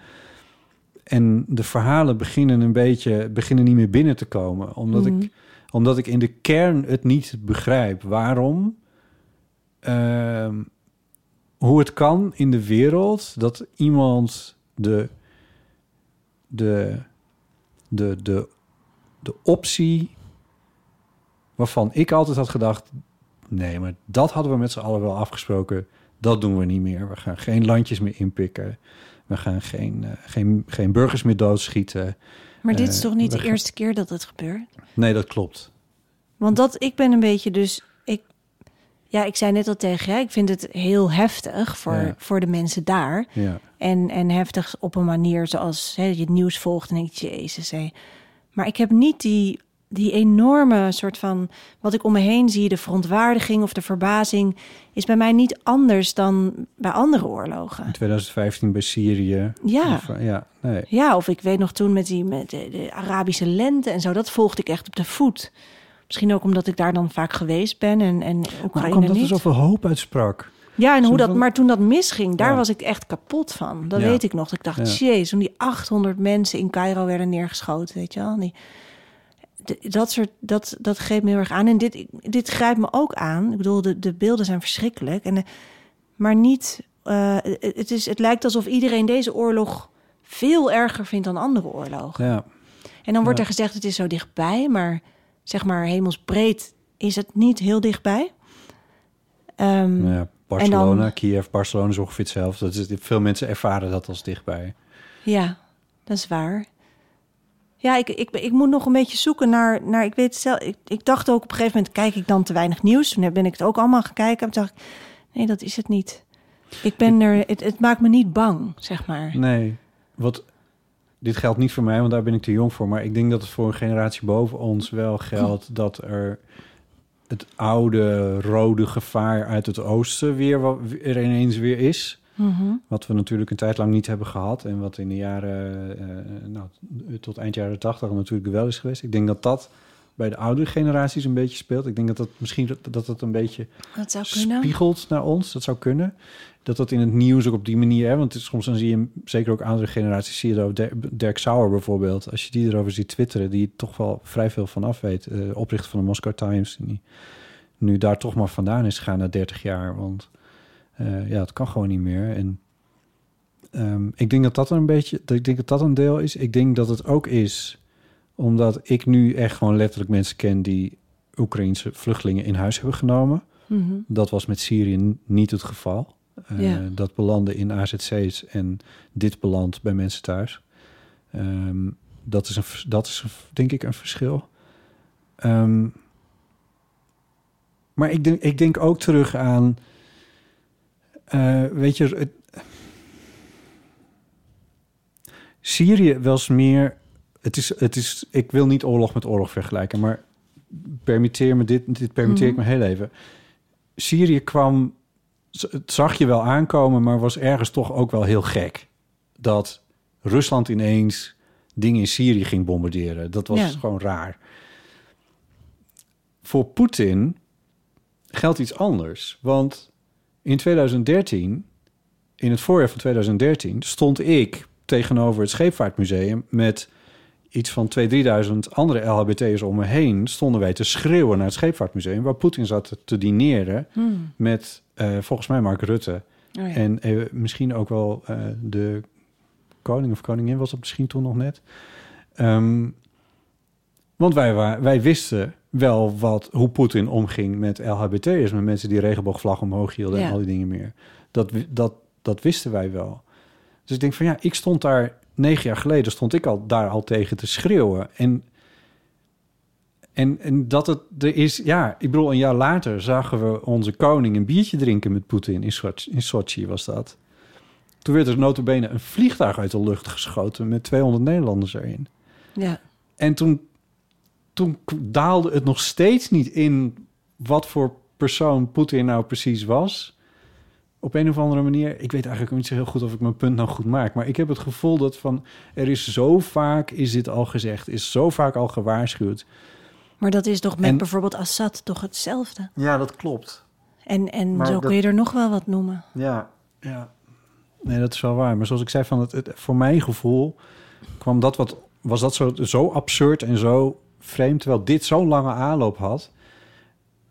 En de verhalen beginnen een beetje, beginnen niet meer binnen te komen. Omdat, ik, omdat ik in de kern het niet begrijp. Waarom ehm, hoe het kan in de wereld dat iemand de, de, de, de, de optie waarvan ik altijd had gedacht: nee, maar dat hadden we met z'n allen wel afgesproken. Dat doen we niet meer. We gaan geen landjes meer inpikken. We gaan geen, eh, geen, geen burgers meer doodschieten.
maar dit
Eh,
is toch niet
we
de
gaan-
eerste keer dat het gebeurt?
Nee, dat klopt.
Want dat, ik ben een beetje dus... Ik, ja, ik zei net al tegen je, ik vind het heel heftig voor,
Ja.
voor de mensen daar.
Ja.
En, en heftig op een manier zoals hè, je het nieuws volgt en denk je, jezus hé. Maar ik heb niet die, die enorme soort van, wat ik om me heen zie, de verontwaardiging of de verbazing, is bij mij niet anders dan bij andere
In
oorlogen.
2015 bij Syrië.
Ja.
Of, eh, ja, nee.
Ja, of ik weet nog toen met die met de, de Arabische lente en zo, dat volgde ik echt op de voet. Misschien ook omdat ik daar dan vaak geweest ben en, en
Maar
Oekraïne
omdat er
niet.
zoveel hoop uitsprak.
Ja, en hoe
Soms
dat,
wel-
maar toen dat misging, daar
Ja.
was ik echt kapot van. Dat
Ja.
weet ik nog. Dat ik dacht,
Ja.
jeez, toen die 800 mensen in Cairo werden neergeschoten, weet je wel. Die, de- dat soort, dat, dat greep me heel erg aan. En dit, dit grijpt me ook aan. Ik bedoel, de, de beelden zijn verschrikkelijk. En, eh, maar niet, eh, het, is, het lijkt alsof iedereen deze oorlog veel erger vindt dan andere oorlogen.
Ja.
En dan wordt er gezegd, het is zo dichtbij, maar zeg maar hemelsbreed is het niet heel dichtbij. Ehm,
Ja, Barcelona,
dan-
Kiev, Barcelona is ongeveer hetzelfde. Dat is, veel mensen ervaren dat als dichtbij.
Ja, dat is waar. Ja, ik, ik, ik moet nog een beetje zoeken naar... naar ik, weet zelf, ik, ik dacht ook op een gegeven moment... kijk ik dan te weinig nieuws? Toen ben ik het ook allemaal gaan kijken. En toen dacht ik, nee, dat is het niet. Ik ben er... Het, het maakt me niet bang, zeg maar.
Nee, wat, dit geldt niet voor mij, want daar ben ik te jong voor. Maar ik denk dat het voor een generatie boven ons wel geldt dat er het oude rode gevaar uit het oosten weer wa- er ineens weer is.
Mhm.
Wat we natuurlijk een tijd lang niet hebben gehad. En wat in de jaren, eh, nou, tot eind jaren 80 natuurlijk wel is geweest. Ik denk dat dat bij de oudere generaties een beetje speelt. Ik denk dat dat misschien dat, dat het een beetje
Dat zou kunnen.
spiegelt naar ons. Dat zou kunnen. Dat dat in het nieuws ook op die manier... Hè, want het is- soms dan zie je, zeker ook andere generaties... zie je dat ook Der- Dirk Sauer bijvoorbeeld. Als je die erover ziet twitteren... die toch wel vrij veel van af weet. eh, oprichter van de Moscow Times. Die nu daar toch maar vandaan is gegaan na 30 jaar. Want eh, ja, het kan gewoon niet meer. En ehm, ik denk dat dat een beetje... Dat, ik denk dat dat een deel is. Ik denk dat het ook is... omdat ik nu echt gewoon letterlijk mensen ken... die Oekraïense vluchtelingen in huis hebben genomen...
Mhm.
Dat was met Syrië n- niet het geval. Eh,
Ja.
Dat belandde in AZC's en dit belandt bij mensen thuis. Ehm, dat is, een, vers- dat is een v- denk ik een verschil. Ehm, maar ik denk, ik denk ook terug aan... eh, weet je... het- Syrië was meer... Het is, het is, ik wil niet oorlog met oorlog vergelijken, maar permitteer me dit, dit permitteer ik me heel even. Syrië kwam, z- het zag je wel aankomen, maar was ergens toch ook wel heel gek. Dat Rusland ineens dingen in Syrië ging bombarderen. Dat was
Ja.
gewoon raar. Voor Poetin geldt iets anders. Want in 2013, in het voorjaar van 2013, stond ik tegenover het Scheepvaartmuseum met iets van 2.000, 3.000 andere LHBT'ers om me heen. Stonden wij te schreeuwen naar het Scheepvaartmuseum, waar Poetin zat te- te dineren
Hmm.
met eh, volgens mij Mark Rutte.
Oh ja.
En eh, misschien ook wel eh, de koning of koningin was dat misschien toen nog net. Ehm, want wij, wa- wij wisten wel wat, hoe Poetin omging met LHBT'ers... met mensen die regenboogvlag omhoog hielden en
Ja.
al die dingen meer. Dat, wi- dat, dat wisten wij wel. Dus ik denk van ja, ik stond daar... negen jaar geleden stond ik al, daar al tegen te schreeuwen. En, en, en dat het er is... Ja, ik bedoel, een jaar later zagen we onze koning... een biertje drinken met Poetin in Sochi, in Sochi was dat. Toen werd er notabene een vliegtuig uit de lucht geschoten... met 200 Nederlanders erin.
ja.
En toen, toen k- daalde het nog steeds niet in wat voor persoon Poetin nou precies was. Op een of andere manier, ik weet eigenlijk niet zo heel goed of ik mijn punt nou goed maak, maar ik heb het gevoel dat van er is zo vaak is dit al gezegd, is zo vaak al gewaarschuwd.
Maar dat is toch met
En-
bijvoorbeeld Assad toch hetzelfde?
Ja, dat klopt.
En, en
Maar
zo
dat-
kun je er nog wel wat noemen.
Ja, ja. Nee, dat is wel waar. Maar zoals ik zei, van het, het- voor mijn gevoel kwam dat wat, was dat zo, zo absurd en zo vreemd, terwijl dit zo'n lange aanloop had.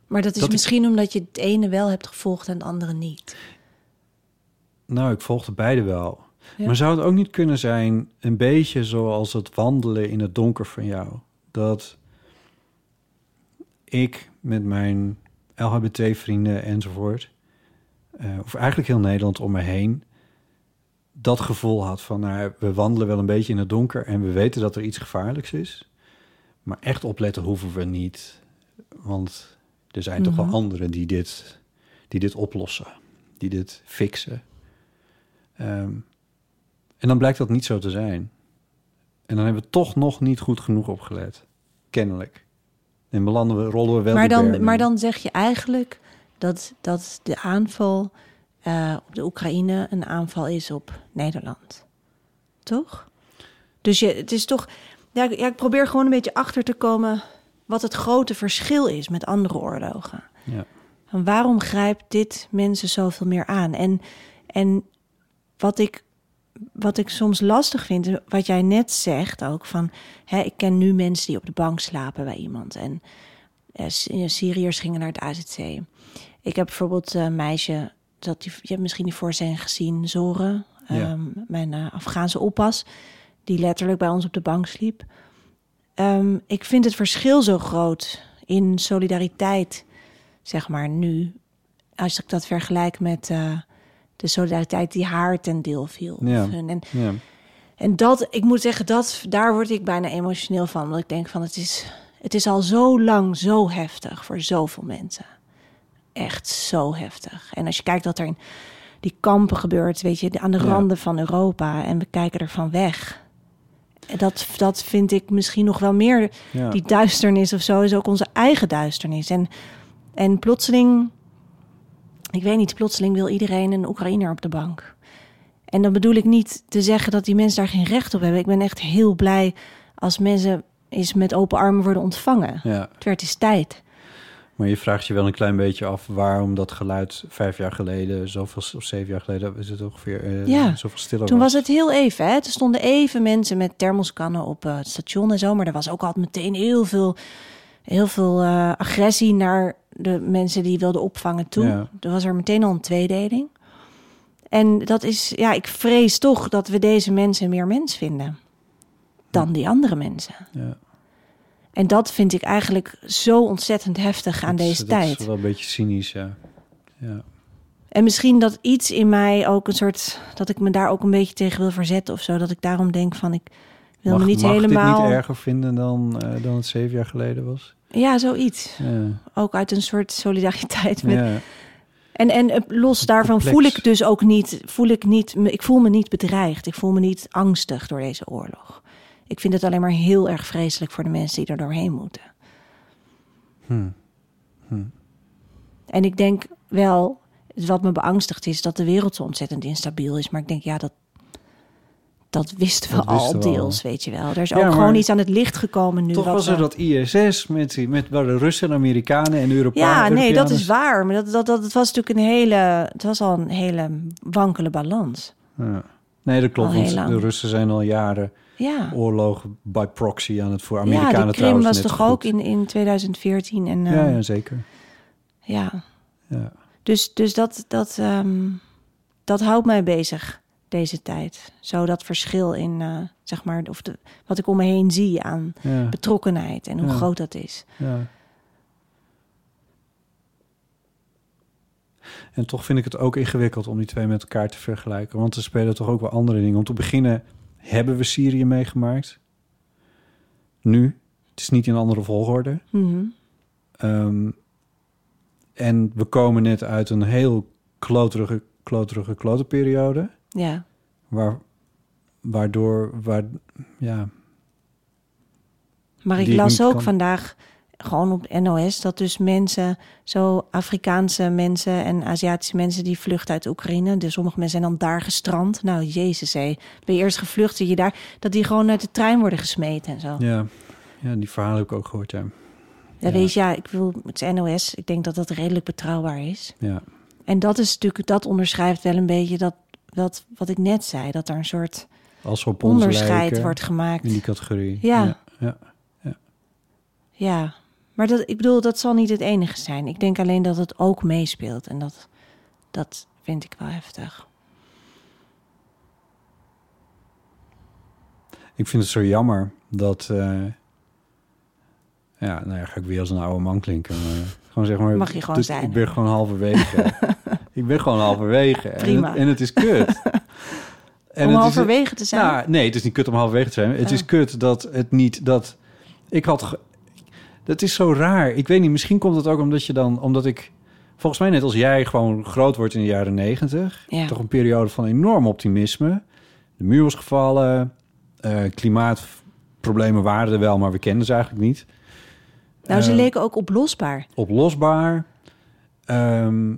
Maar dat is
Dat ik-
misschien omdat je het ene wel hebt gevolgd en het andere niet.
Nou, ik volgde beide wel.
Ja.
Maar zou het ook niet kunnen zijn, een beetje zoals het wandelen in het donker van jou? Dat ik met mijn LHBT-vrienden enzovoort, eh, of eigenlijk heel Nederland om me heen, dat gevoel had van, nou, we wandelen wel een beetje in het donker en we weten dat er iets gevaarlijks is. Maar echt opletten hoeven we niet, want er zijn toch
Mhm.
wel anderen die dit, die dit oplossen, die dit fixen. Ehm, en dan blijkt dat niet zo te zijn. En dan hebben we toch nog niet goed genoeg opgelet. Kennelijk. En belanden we, rollen we wel
maar,
die berm
dan,
in.
maar dan zeg je eigenlijk dat, dat de aanval eh, op de Oekraïne een aanval is op Nederland. Toch? Dus je, het is toch. Ja, ik- ja, ik probeer gewoon een beetje achter te komen wat het grote verschil is met andere oorlogen.
Ja.
Van waarom grijpt dit mensen zoveel meer aan? En, en wat, ik, wat ik soms lastig vind, wat jij net zegt ook, van hè, ik ken nu mensen die op de bank slapen bij iemand. En eh, Sy- Syriërs gingen naar het AZC. Ik heb bijvoorbeeld eh, een meisje, dat die, je hebt misschien die voorstelling gezien, Zoren,
Ja.
ehm, mijn eh, Afghaanse oppas, die letterlijk bij ons op de bank sliep. Ehm, ik vind het verschil zo groot in solidariteit, zeg maar nu, als ik dat vergelijk met eh, de solidariteit die haar ten deel viel.
Ja.
Of hun- En,
Ja.
en dat, ik moet zeggen, dat, daar word ik bijna emotioneel van. Omdat ik denk van, het is, het is al zo lang zo heftig voor zoveel mensen. Echt zo heftig. En als je kijkt wat er in die kampen gebeurt, weet je, aan de
Ja.
randen van Europa. En we kijken er van weg. En Dat, dat vind ik misschien nog wel meer.
Ja.
Die duisternis of zo is ook onze eigen duisternis. En, en plotseling, ik weet niet, plotseling wil iedereen een Oekraïner op de bank. En dan bedoel ik niet te zeggen dat die mensen daar geen recht op hebben. Ik ben echt heel blij als mensen eens met open armen worden ontvangen.
ja.
Het werd eens tijd.
Maar je vraagt je wel een klein beetje af waarom dat geluid vijf jaar geleden, zoveel, of zeven jaar geleden, is het ongeveer eh,
Ja.
zoveel stiller
Toen was het heel even, hè? Er stonden even mensen met thermoskannen op eh, het station en zo. Maar er was ook altijd meteen heel veel, heel veel eh, agressie naar de mensen die wilden opvangen toe.
Ja.
Er was er meteen al een tweedeling. En dat is, ja, ik vrees toch dat we deze mensen meer mens vinden dan die andere mensen.
Ja.
En dat vind ik eigenlijk zo ontzettend heftig aan
Dat is-
deze
dat
tijd.
is wel een beetje cynisch, ja. ja.
En misschien dat iets in mij ook een soort dat ik me daar ook een beetje tegen wil verzetten of zo. Dat ik daarom denk van ik wil
mag
me niet
mag
helemaal.
dit niet erger vinden dan, eh, dan het zeven jaar geleden was?
Ja, zoiets.
Ja.
Ook uit een soort solidariteit met.
Ja.
En, en eh, los daarvan
Complex.
voel ik dus ook niet, voel ik niet, me- ik voel me niet bedreigd. Ik voel me niet angstig door deze oorlog. Ik vind het alleen maar heel erg vreselijk voor de mensen die er doorheen moeten.
Hmm.
En ik denk wel, wat me beangstigt is dat de wereld zo ontzettend instabiel is. Maar ik denk, ja, dat, dat wisten we
Dat
al
wisten we al.
deels, weet je wel. Er is
Ja,
ook
maar
gewoon iets aan het licht gekomen nu.
Toch
wat eh,
was er
we-
dat ISS met, die- met waar de Russen en Amerikanen en Europa-
Ja,
Europeanen...
nee, dat is waar. Maar dat, dat, dat, het was natuurlijk een hele... Het was al een hele wankele balans.
Ja. Nee, dat klopt,
Al heel
want
lang.
de Russen zijn al jaren
Ja.
oorlog by proxy aan het voor
ja,
Oh, Amerikanen
die Krim
trouwens
was
net
toch
zo
ook
goed.
in, in 2014. En,
Ja,
ehm,
ja, zeker.
ja.
Ja.
Dus, dus dat, dat, ehm, dat houdt mij bezig deze tijd. Zo dat verschil in, eh, zeg maar, of de, wat ik om me heen zie aan
Ja,
betrokkenheid en hoe
Ja.
groot dat is.
ja. En toch vind ik het ook ingewikkeld om die twee met elkaar te vergelijken. Want er spelen toch ook wel andere dingen. Om te beginnen hebben we Syrië meegemaakt. Nu. Het is niet in andere volgorde.
Mhm.
Ehm, en we komen net uit een heel kloterige, kloterige, klote periode.
Ja,
Waar, waardoor, waar, ja,
maar ik
Die ik
las
niet
ook
kan.
vandaag gewoon op NOS dat dus mensen, zo Afrikaanse mensen en Aziatische mensen die vluchten uit Oekraïne, dus sommige mensen zijn dan daar gestrand. Nou, jezus, hé, ben je eerst gevlucht, zit je daar, dat die gewoon uit de trein worden gesmeten en zo.
ja, ja, die verhalen heb ik ook gehoord, ja.
Ja,
Ja.
weet je, ja, ik wil het is NOS. Ik denk dat dat redelijk betrouwbaar is.
ja.
En dat is natuurlijk, dat onderschrijft wel een beetje dat, dat wat ik net zei, dat er een soort
Als we op ons
onderscheid
lijken,
wordt gemaakt.
in die categorie.
Ja.
ja.
Ja, maar dat, ik bedoel, dat zal niet het enige zijn. Ik denk alleen dat het ook meespeelt. En dat, dat vind ik wel heftig.
Ik vind het zo jammer dat, eh, ja, nou ja, ga ik weer als een oude man klinken. Maar gewoon zeg maar,
Mag je gewoon
dus
zijn.
Ik ben gewoon halverwege. ik ben gewoon halverwege. En
Prima.
het, en het is kut. En
Om
het is-
halverwege te zijn. Oh.
Nou, nee, het is niet kut om halverwege te zijn. Het is kut dat het niet dat ik had. ge- Dat is zo raar. Ik weet niet. Misschien komt dat ook omdat je dan, omdat ik volgens mij net als jij gewoon groot wordt in de jaren negentig.
Ja.
Toch een periode van enorm optimisme. De muur was gevallen. eh, klimaatproblemen waren er wel, maar we kenden ze eigenlijk niet.
nou, ze
eh,
leken ook oplosbaar.
Oplosbaar. Ehm,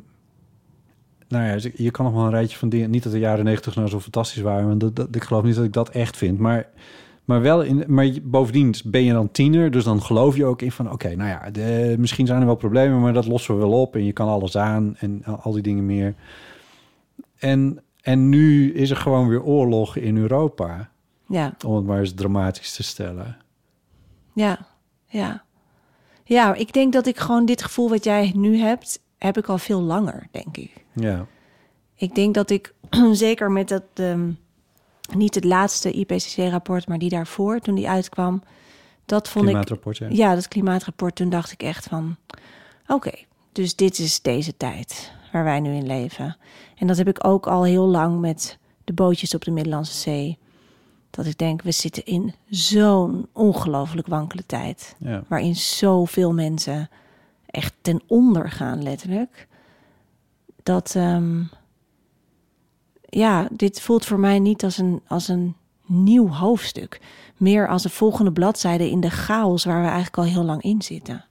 nou ja, je kan nog wel een rijtje van dingen. Niet dat de jaren negentig nou zo fantastisch waren, want dat, dat, ik geloof niet dat ik dat echt vind. Maar, maar wel in, maar je- bovendien ben je dan tiener, dus dan geloof je ook in van: oké, nou ja, de- misschien zijn er wel problemen, maar dat lossen we wel op. En je kan alles aan en al- al die dingen meer. En, en nu is er gewoon weer oorlog in Europa,
Ja,
om het maar eens dramatisch te stellen.
ja, ja. Ja, ik denk dat ik gewoon dit gevoel wat jij nu hebt, heb ik al veel langer, denk ik.
Ja,
Ik denk dat ik zeker met dat, ehm, niet het laatste IPCC-rapport, maar die daarvoor, toen die uitkwam, dat vond ik.
klimaatrapport. Ja.
Ja, dat klimaatrapport, toen dacht ik echt van: oké, dus dit is deze tijd waar wij nu in leven. En dat heb ik ook al heel lang met de bootjes op de Middellandse Zee. Dat ik denk, we zitten in zo'n ongelooflijk wankele tijd
ja.
waarin zoveel mensen echt ten onder gaan, letterlijk. Dat, ehm, ja, dit voelt voor mij niet als een, als een nieuw hoofdstuk. Meer als een volgende bladzijde in de chaos waar we eigenlijk al heel lang in zitten.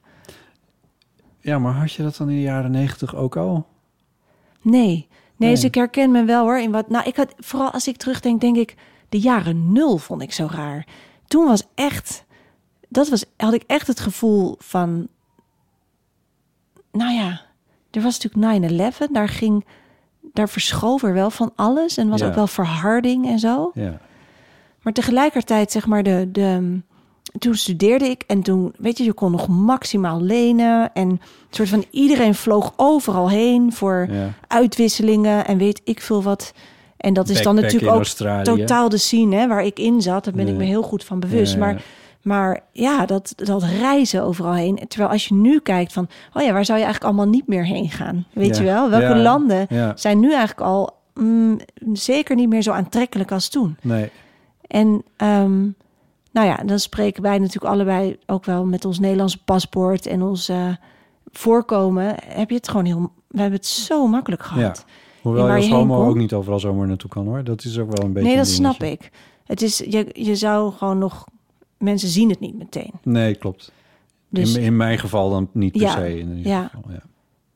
Ja, maar had je dat dan in de jaren negentig ook al?
Nee, nee, dus
Nee.
ik herken me wel hoor. In wat, nou, ik had, vooral als ik terugdenk, denk ik, de jaren nul vond ik zo raar. Toen was echt, dat was, had ik echt het gevoel van, nou ja, er was natuurlijk 9-11, daar ging, daar verschoof er wel van alles en was
Ja.
ook wel verharding en zo.
Ja.
Maar tegelijkertijd, zeg maar, de, de, toen studeerde ik en toen, weet je, je kon nog maximaal lenen. En een soort van iedereen vloog overal heen voor
Ja.
uitwisselingen en weet ik veel wat. En dat is dan
Backpacken
natuurlijk
in
ook
Australië.
totaal de scene hè, waar ik in zat. Daar ben ik
Ja.
me heel goed van bewust.
Ja, ja, ja.
Maar, maar ja, dat, dat reizen overal heen. Terwijl als je nu kijkt van, oh ja, waar zou je eigenlijk allemaal niet meer heen gaan? Weet
Ja.
je wel? Welke
Ja.
landen
Ja.
zijn nu eigenlijk al mm, zeker niet meer zo aantrekkelijk als toen?
Nee.
En ehm, nou ja, dan spreken wij natuurlijk allebei ook wel met ons Nederlandse paspoort en ons eh, voorkomen. Heb je het gewoon heel. We hebben het zo makkelijk gehad.
Hoewel je
waar
als
je heen
homo
kon.
ook niet overal zomaar naartoe kan hoor. Dat is ook wel een beetje
nee, dat
een
snap
dingetje.
ik. Het is, je, je zou gewoon nog. Mensen zien het niet meteen.
Nee, klopt.
Dus
In, in mijn geval dan niet per
Ja,
se. In ieder
ja.
Geval, ja.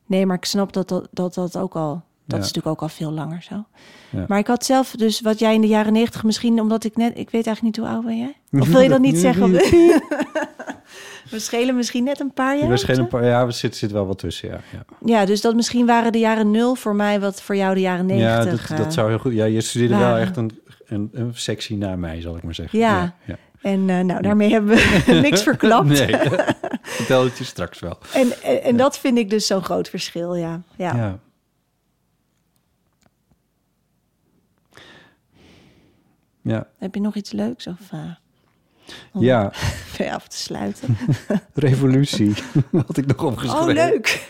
nee, maar ik snap dat dat, dat, dat ook al Dat
Ja.
is natuurlijk ook al veel langer zo.
Ja.
Maar ik had zelf dus wat jij in de jaren negentig misschien, omdat ik net, ik weet eigenlijk niet hoe oud ben jij. Of wil je dat niet zeggen? We schelen misschien net een paar jaar.
we
of zo?
schelen een paar, ja, er zit, zit wel wat tussen, ja. ja.
Ja, dus dat misschien waren de jaren nul voor mij wat voor jou de jaren
Ja,
negentig.
dat,
eh,
dat zou heel goed. Ja, je studeerde wel
waren.
echt een, een, een sectie naar mij, zal ik maar zeggen.
Ja. En eh, nou, daarmee hebben we niks verklapt.
Nee, vertel het je straks wel.
En, en, en dat vind ik dus zo'n groot verschil, ja. ja.
Ja. Ja,
Heb je nog iets leuks of, eh, om
ja,
mee af te sluiten?
revolutie had ik nog opgeschreven.
Oh, leuk!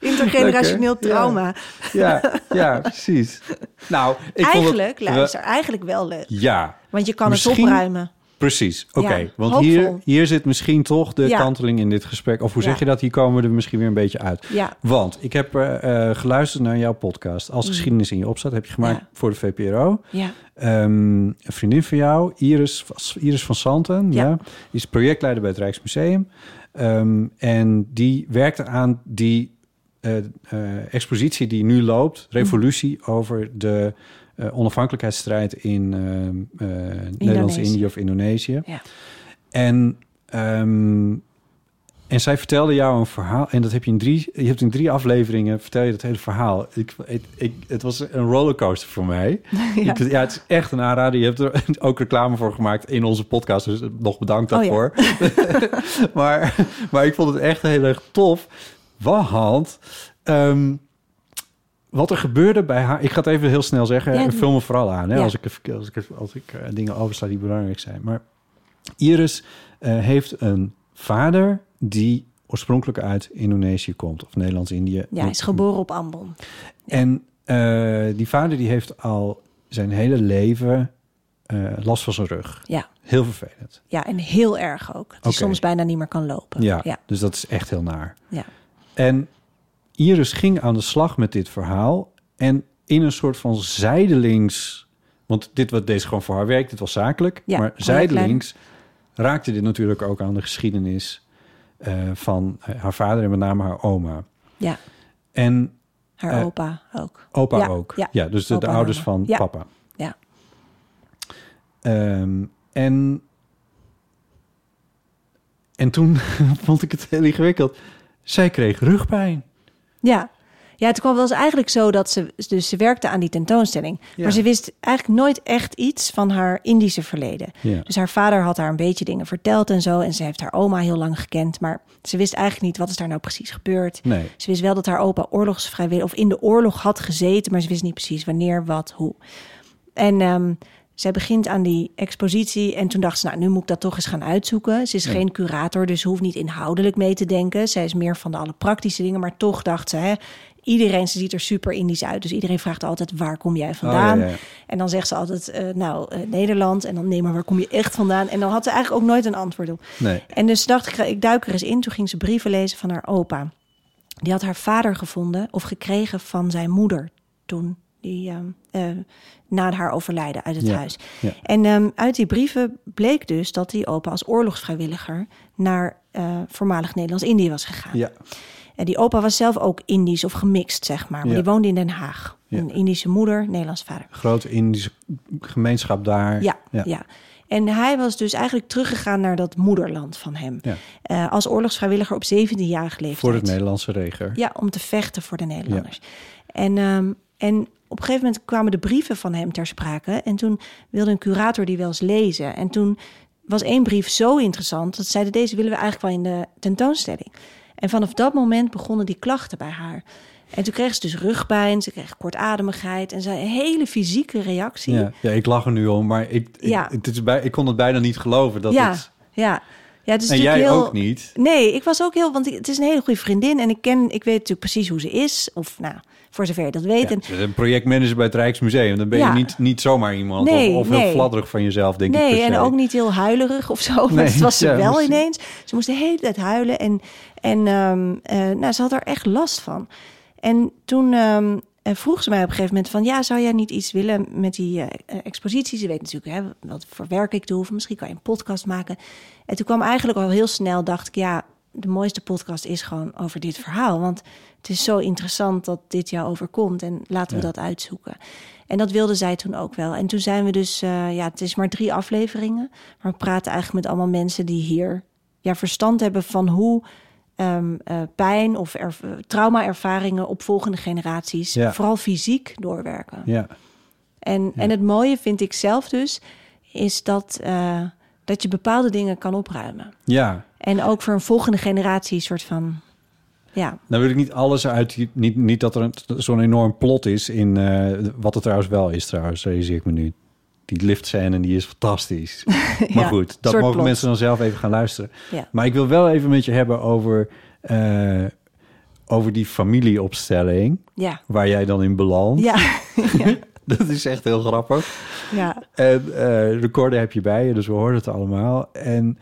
Intergenerationeel
Leuk, hè?
trauma.
Ja, ja, precies. Nou, ik
eigenlijk,
vond het,
luister, eigenlijk wel leuk.
Ja,
Want je kan het
Misschien-
opruimen.
Precies, oké.
Ja,
Want
hoopvol.
hier, hier zit misschien toch de
Ja.
kanteling in dit gesprek. Of hoe
Ja.
zeg je dat? Hier komen we er misschien weer een beetje uit.
Ja. Mm.
Want ik heb eh, eh, geluisterd naar jouw podcast. Als geschiedenis in je opstaat, heb je gemaakt
Ja.
voor de VPRO.
Ja,
Ehm, een vriendin van jou, Iris, Iris van Santen, ja.
Ja.
is projectleider bij het Rijksmuseum. Ehm, en die werkte aan die eh, eh, expositie die nu loopt, Revolutie, over de eh, onafhankelijkheidsstrijd in ehm, eh, Nederlands-Indië of Indonesië.
ja.
En, ehm, en zij vertelde jou een verhaal. En dat heb je in drie, je hebt in drie afleveringen vertel je dat hele verhaal. Ik, ik, ik- het was een rollercoaster voor mij.
Ja.
Ik- ja, het is echt een aanrader. Je hebt er ook reclame voor gemaakt in onze podcast. Dus nog bedankt
Oh ja.
daarvoor. maar, maar ik vond het echt heel erg tof. Want ehm, wat er gebeurde bij haar... Ik ga het even heel snel zeggen.
Ja,
en
doe.
film me vooral aan. Hè,
Ja.
Als ik, even- als ik, als ik eh, dingen oversla die belangrijk zijn. Maar Iris eh, heeft een vader die oorspronkelijk uit Indonesië komt. Of Nederlands-Indië.
ja, hij is geboren op Ambon.
En eh, die vader die heeft al zijn hele leven eh, last van zijn rug.
Ja.
Heel vervelend.
ja, en heel erg ook. Dat hij
Oké.
soms bijna niet meer kan lopen.
Ja,
Oh, ja,
dus dat is echt heel naar.
ja.
En Iris ging aan de slag met dit verhaal. En in een soort van zijdelings... Want dit wat deze gewoon voor haar werk, dit was zakelijk.
Ja,
maar
projectleider.
zijdelings raakte dit natuurlijk ook aan de geschiedenis... eh, van eh, haar vader en met name haar oma.
ja.
En
Haar
Eh,
opa ook.
Opa
Ja,
ook. Ja,
ja.
dus de, de
Opa en
ouders
oma.
van
Ja.
papa.
Ja.
Ehm, en, en toen vond ik het heel ingewikkeld. Zij kreeg rugpijn.
Ja. Ja, het kwam wel eens eigenlijk zo dat ze... Dus ze werkte aan die tentoonstelling.
Ja.
Maar ze wist eigenlijk nooit echt iets van haar Indische verleden.
Ja.
Dus haar vader had haar een beetje dingen verteld en zo. En ze heeft haar oma heel lang gekend. Maar ze wist eigenlijk niet wat is daar nou precies gebeurd.
Nee.
Ze wist wel dat haar opa oorlogsvrijwillig... of in de oorlog had gezeten. Maar ze wist niet precies wanneer, wat, hoe. En ehm, zij begint aan die expositie. En toen dacht ze, nou, nu moet ik dat toch eens gaan uitzoeken. Ze is geen curator, dus ze hoeft niet inhoudelijk mee te denken. Zij is meer van de alle praktische dingen. Maar toch dacht ze, hè, iedereen, ze ziet er super Indisch uit. Dus iedereen vraagt altijd, waar kom jij vandaan?
Oh, ja, ja.
En dan zegt ze altijd, eh, nou, eh, Nederland. En dan, nee, maar waar kom je echt vandaan? En dan had ze eigenlijk ook nooit een antwoord op.
Nee.
En dus dacht ik, ik duik er eens in. Toen ging ze brieven lezen van haar opa. Die had haar vader gevonden of gekregen van zijn moeder toen die eh, eh, na haar overlijden uit het
Ja,
huis.
ja.
En ehm, uit die brieven bleek dus dat die opa als oorlogsvrijwilliger naar eh, voormalig Nederlands-Indië was gegaan.
Ja.
En die opa was zelf ook Indisch of gemixt, zeg maar. Maar
Ja.
die woonde in Den Haag.
Ja.
Een Indische moeder, Nederlands vader.
Grote Indische gemeenschap daar.
Ja,
Ja.
ja. En hij was dus eigenlijk teruggegaan naar dat moederland van hem.
Ja.
Eh, als oorlogsvrijwilliger op 17-jarige leeftijd.
Voor het Nederlandse leger.
Ja, om te vechten voor de Nederlanders. En, ehm, en op een gegeven moment kwamen de brieven van hem ter sprake. En toen wilde een curator die wel eens lezen. En toen was één brief zo interessant dat ze zeiden: deze willen we eigenlijk wel in de tentoonstelling. En vanaf dat moment begonnen die klachten bij haar. En toen kreeg ze dus rugpijn, ze kreeg kortademigheid en ze had een hele fysieke reactie.
Ja. Ja, ik lach er nu om, maar ik, ik,
Ja.
het is bij, ik kon het bijna niet geloven. Dat
ja,
het,
ja. Ja, het is
en jij
natuurlijk heel...
ook niet.
Nee, ik was ook heel, want ik- het is een hele goede vriendin en ik ken, ik weet natuurlijk precies hoe ze is, of nou, voor zover je dat weet.
Ja,
En-
ze is een projectmanager bij het Rijksmuseum. Dan ben je
Ja.
niet, niet zomaar iemand.
Nee,
of of heel
nee.
fladderig van jezelf, denk ik.
nee,
per
en
se.
ook niet heel huilerig of zo. want
Nee,
het was ze
ja, dus-
wel
precies.
ineens. Ze moest de hele tijd huilen. En, en ehm, eh, nou, ze had er echt last van. En toen ehm, eh, vroeg ze mij op een gegeven moment van... ja, zou jij niet iets willen met die eh, eh, expositie? Ze weet natuurlijk hè, wat voor werk ik doe. Of misschien kan je een podcast maken. En toen kwam eigenlijk al heel snel, dacht ik... ja, de mooiste podcast is gewoon over dit verhaal. Want het is zo interessant dat dit jou overkomt en laten we
Ja.
dat uitzoeken. En dat wilde zij toen ook wel. En toen zijn we dus, eh, ja, het is maar drie afleveringen. Maar we praten eigenlijk met allemaal mensen die hier ja, verstand hebben van hoe ehm, eh, pijn of er, trauma-ervaringen op volgende generaties,
Ja.
vooral fysiek, doorwerken.
Ja.
En, en het mooie vind ik zelf dus, is dat, eh, dat je bepaalde dingen kan opruimen.
ja.
En ook voor een volgende generatie een soort van... Ja,
Nou wil ik niet alles uit... Niet, niet dat er een- zo'n enorm plot is in... eh, wat het trouwens wel is trouwens, realiseer ik me nu. Die liftscène, die is fantastisch. Maar
Ja,
goed, dat
soort
mogen
plot.
mensen dan zelf even gaan luisteren.
Ja.
Maar ik wil wel even met je hebben over... eh, over die familieopstelling,
ja,
waar jij dan in belandt.
ja,
Dat is echt heel grappig.
ja,
En eh recorder heb je bij je, dus we horen het allemaal. En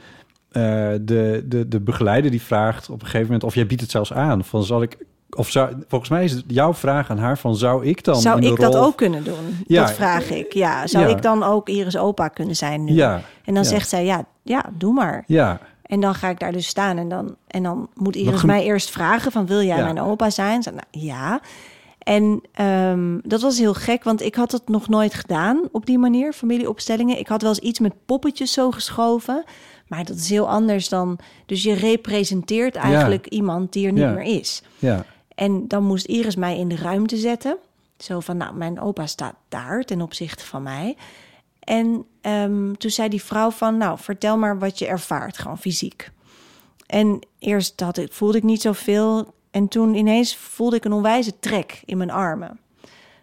eh, de, de, de begeleider die vraagt op een gegeven moment... of jij biedt het zelfs aan, van zal ik... Of zou, volgens mij is het jouw vraag aan haar van zou ik dan
Zou
in de
ik
rol...
dat ook kunnen doen?
Ja.
Dat vraag ik, ja. Zou
Ja.
ik dan ook Iris opa kunnen zijn nu?
Ja.
En dan
Ja.
zegt zij, ja, ja, doe maar.
Ja,
En dan ga ik daar dus staan en dan, en dan moet Iris
gem-
mij eerst vragen van wil jij
Ja.
mijn opa zijn? Zeg, nou, ja. En ehm, dat was heel gek, want ik had het nog nooit gedaan op die manier, familieopstellingen. Ik had wel eens iets met poppetjes zo geschoven, maar dat is heel anders dan... Dus je representeert eigenlijk iemand die er niet
Ja.
meer is.
ja,
En dan moest Iris mij in de ruimte zetten. Zo van, nou, mijn opa staat daar ten opzichte van mij. En ehm, toen zei die vrouw van, nou, vertel maar wat je ervaart, gewoon fysiek. En eerst had ik, voelde ik niet zoveel. En toen ineens voelde ik een onwijze trek in mijn armen.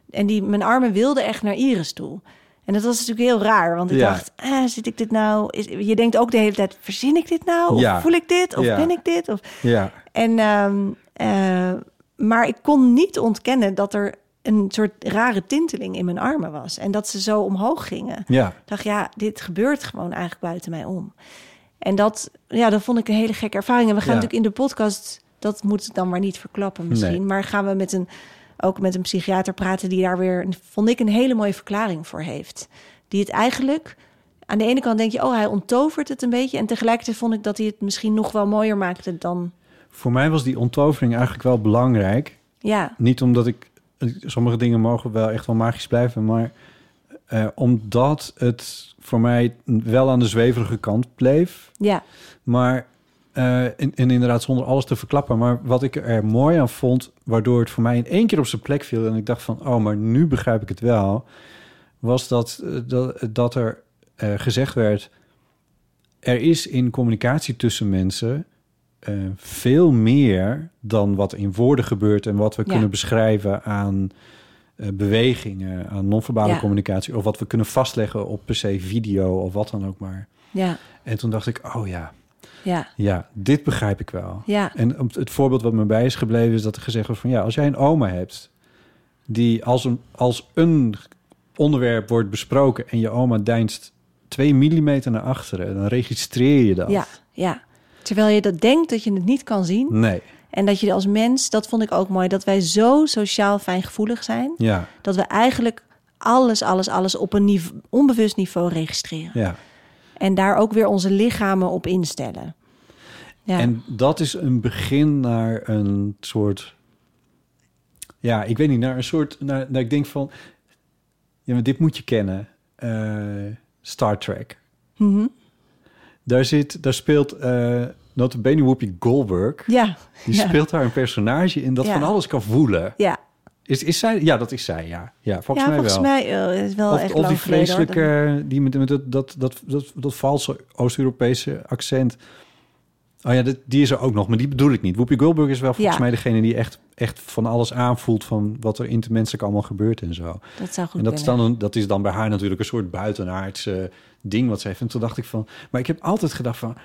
En die, mijn armen wilden echt naar Iris toe. En dat was natuurlijk heel raar, want ik
Ja.
dacht, ah, zit ik dit nou? Is, je denkt ook de hele tijd, verzin ik dit nou? Of
Ja.
voel ik dit? Of
Ja.
ben ik dit? Of...
ja.
En, ehm, eh, maar ik kon niet ontkennen dat er een soort rare tinteling in mijn armen was. En dat ze zo omhoog gingen.
Ja.
Ik dacht, ja, dit gebeurt gewoon eigenlijk buiten mij om. En dat, ja, dat vond ik een hele gekke ervaring. En we gaan
Ja.
natuurlijk in de podcast, dat moet ik dan maar niet verklappen misschien.
Nee.
Maar gaan we met een, ook met een psychiater praten die daar weer, vond ik, een hele mooie verklaring voor heeft. Die het eigenlijk, aan de ene kant denk je, oh, hij onttovert het een beetje. En tegelijkertijd vond ik dat hij het misschien nog wel mooier maakte dan
Voor mij was die onttovering eigenlijk wel belangrijk.
ja,
Niet omdat ik... Sommige dingen mogen wel echt wel magisch blijven, maar... eh, omdat het voor mij wel aan de zweverige kant bleef.
ja,
Maar, eh, en, en inderdaad zonder alles te verklappen. Maar wat ik er mooi aan vond, waardoor het voor mij in één keer op zijn plek viel... en ik dacht van, oh, maar nu begrijp ik het wel... was dat, eh, dat, dat er eh, gezegd werd... er is in communicatie tussen mensen eh, veel meer dan wat in woorden gebeurt... en wat we
Ja.
kunnen beschrijven aan eh, bewegingen, aan non-verbale
Ja.
communicatie... of wat we kunnen vastleggen op per se video of wat dan ook maar.
ja,
En toen dacht ik, oh ja...
ja,
Ja, dit begrijp ik wel.
ja,
En op het voorbeeld wat me bij is gebleven is dat er gezegd wordt van ja, als jij een oma hebt die als een, als een onderwerp wordt besproken en je oma deinst twee millimeter naar achteren, dan registreer je dat.
ja, ja. Terwijl je dat denkt dat je het niet kan zien.
Nee,
En dat je als mens, dat vond ik ook mooi, dat wij zo sociaal fijngevoelig zijn.
ja,
Dat we eigenlijk alles, alles, alles op een nive- onbewust niveau registreren.
ja.
En daar ook weer onze lichamen op instellen. Ja,
En dat is een begin naar een soort, ja, ik weet niet, naar een soort, naar, naar ik denk van, ja, maar dit moet je kennen, Eh, Star Trek.
Mhm.
Daar, zit, daar speelt eh notabene Whoopi Goldberg.
ja,
Die
ja.
speelt daar een personage in dat
Ja.
van alles kan voelen.
ja.
Is, is zij? Ja, dat is zij, ja. Ja, volgens
ja,
mij
volgens
wel.
mij eh, is wel echt
of of
lang
die
geleden, hoor.
vreselijke, die met, met dat, dat, dat, dat, dat valse Oost-Europese accent. Oh ja, dat, die is er ook nog, maar die bedoel ik niet. Whoopi Goldberg is wel volgens
Ja.
mij degene die echt, echt van alles aanvoelt... van wat er intermenselijk allemaal gebeurt en zo.
Dat, dat zou goed
En dat is,
kunnen.
dan een- dat is dan bij haar natuurlijk een soort buitenaardse eh, ding wat ze heeft. En toen dacht ik van... Maar ik heb altijd gedacht van...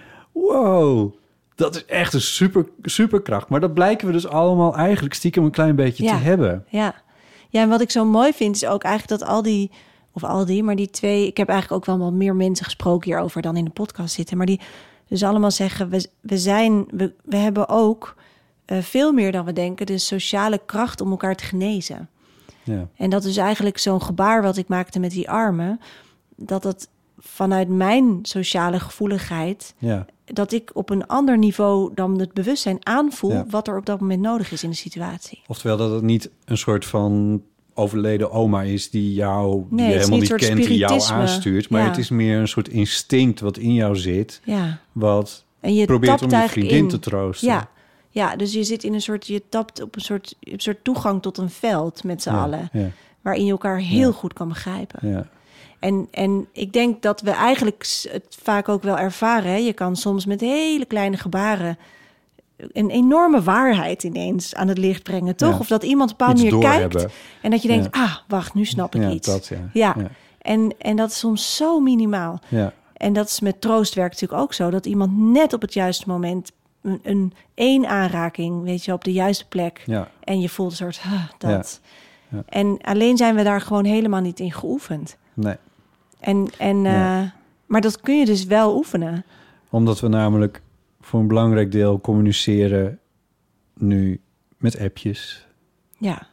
Wow, dat is echt een super, superkracht. Maar dat blijken we dus allemaal eigenlijk stiekem een klein beetje
Ja.
te hebben.
Ja. ja, en wat ik zo mooi vind is ook eigenlijk dat al die, of al die, maar die twee, ik heb eigenlijk ook wel wat meer mensen gesproken hierover dan in de podcast zitten, maar die dus allemaal zeggen, we, we zijn, we, we hebben ook eh, veel meer dan we denken de sociale kracht om elkaar te genezen.
Ja,
En dat is eigenlijk zo'n gebaar wat ik maakte met die armen, dat dat vanuit mijn sociale gevoeligheid
Ja.
dat ik op een ander niveau dan het bewustzijn aanvoel
Ja.
wat er op dat moment nodig is in de situatie.
Oftewel dat het niet een soort van overleden oma is die jou die
Nee,
je
het is
helemaal niet
niet een soort
kent, die jou
spiritisme.
aanstuurt. Maar
Ja.
het is meer een soort instinct wat in jou zit,
Ja.
wat
En je
probeert
tapt
om je
eigenlijk
vriendin
in.
te troosten.
Ja. ja, dus je zit in een soort, je tapt op een soort, een soort toegang tot een veld met z'n
Ja,
allen.
Ja,
Waarin je elkaar heel goed kan begrijpen.
ja,
En, en ik denk dat we eigenlijk s- het vaak ook wel ervaren. Hè? Je kan soms met hele kleine gebaren een enorme waarheid ineens aan het licht brengen, toch?
Ja.
Of dat iemand op een bepaalde
Iets
manier kijkt
doorhebben.
en dat je denkt, ah, wacht, nu snap ik
Ja,
iets.
dat, ja. Ja.
En, en dat is soms zo minimaal.
ja.
En dat is met troostwerk natuurlijk ook zo. Dat iemand net op het juiste moment een, een één aanraking, weet je, op de juiste plek.
Ja.
En je voelt een soort, "Huh, dat. En alleen zijn we daar gewoon helemaal niet in geoefend.
Nee.
En, en,
Ja.
eh, maar dat kun je dus wel oefenen.
Omdat we namelijk voor een belangrijk deel communiceren nu met appjes
Ja,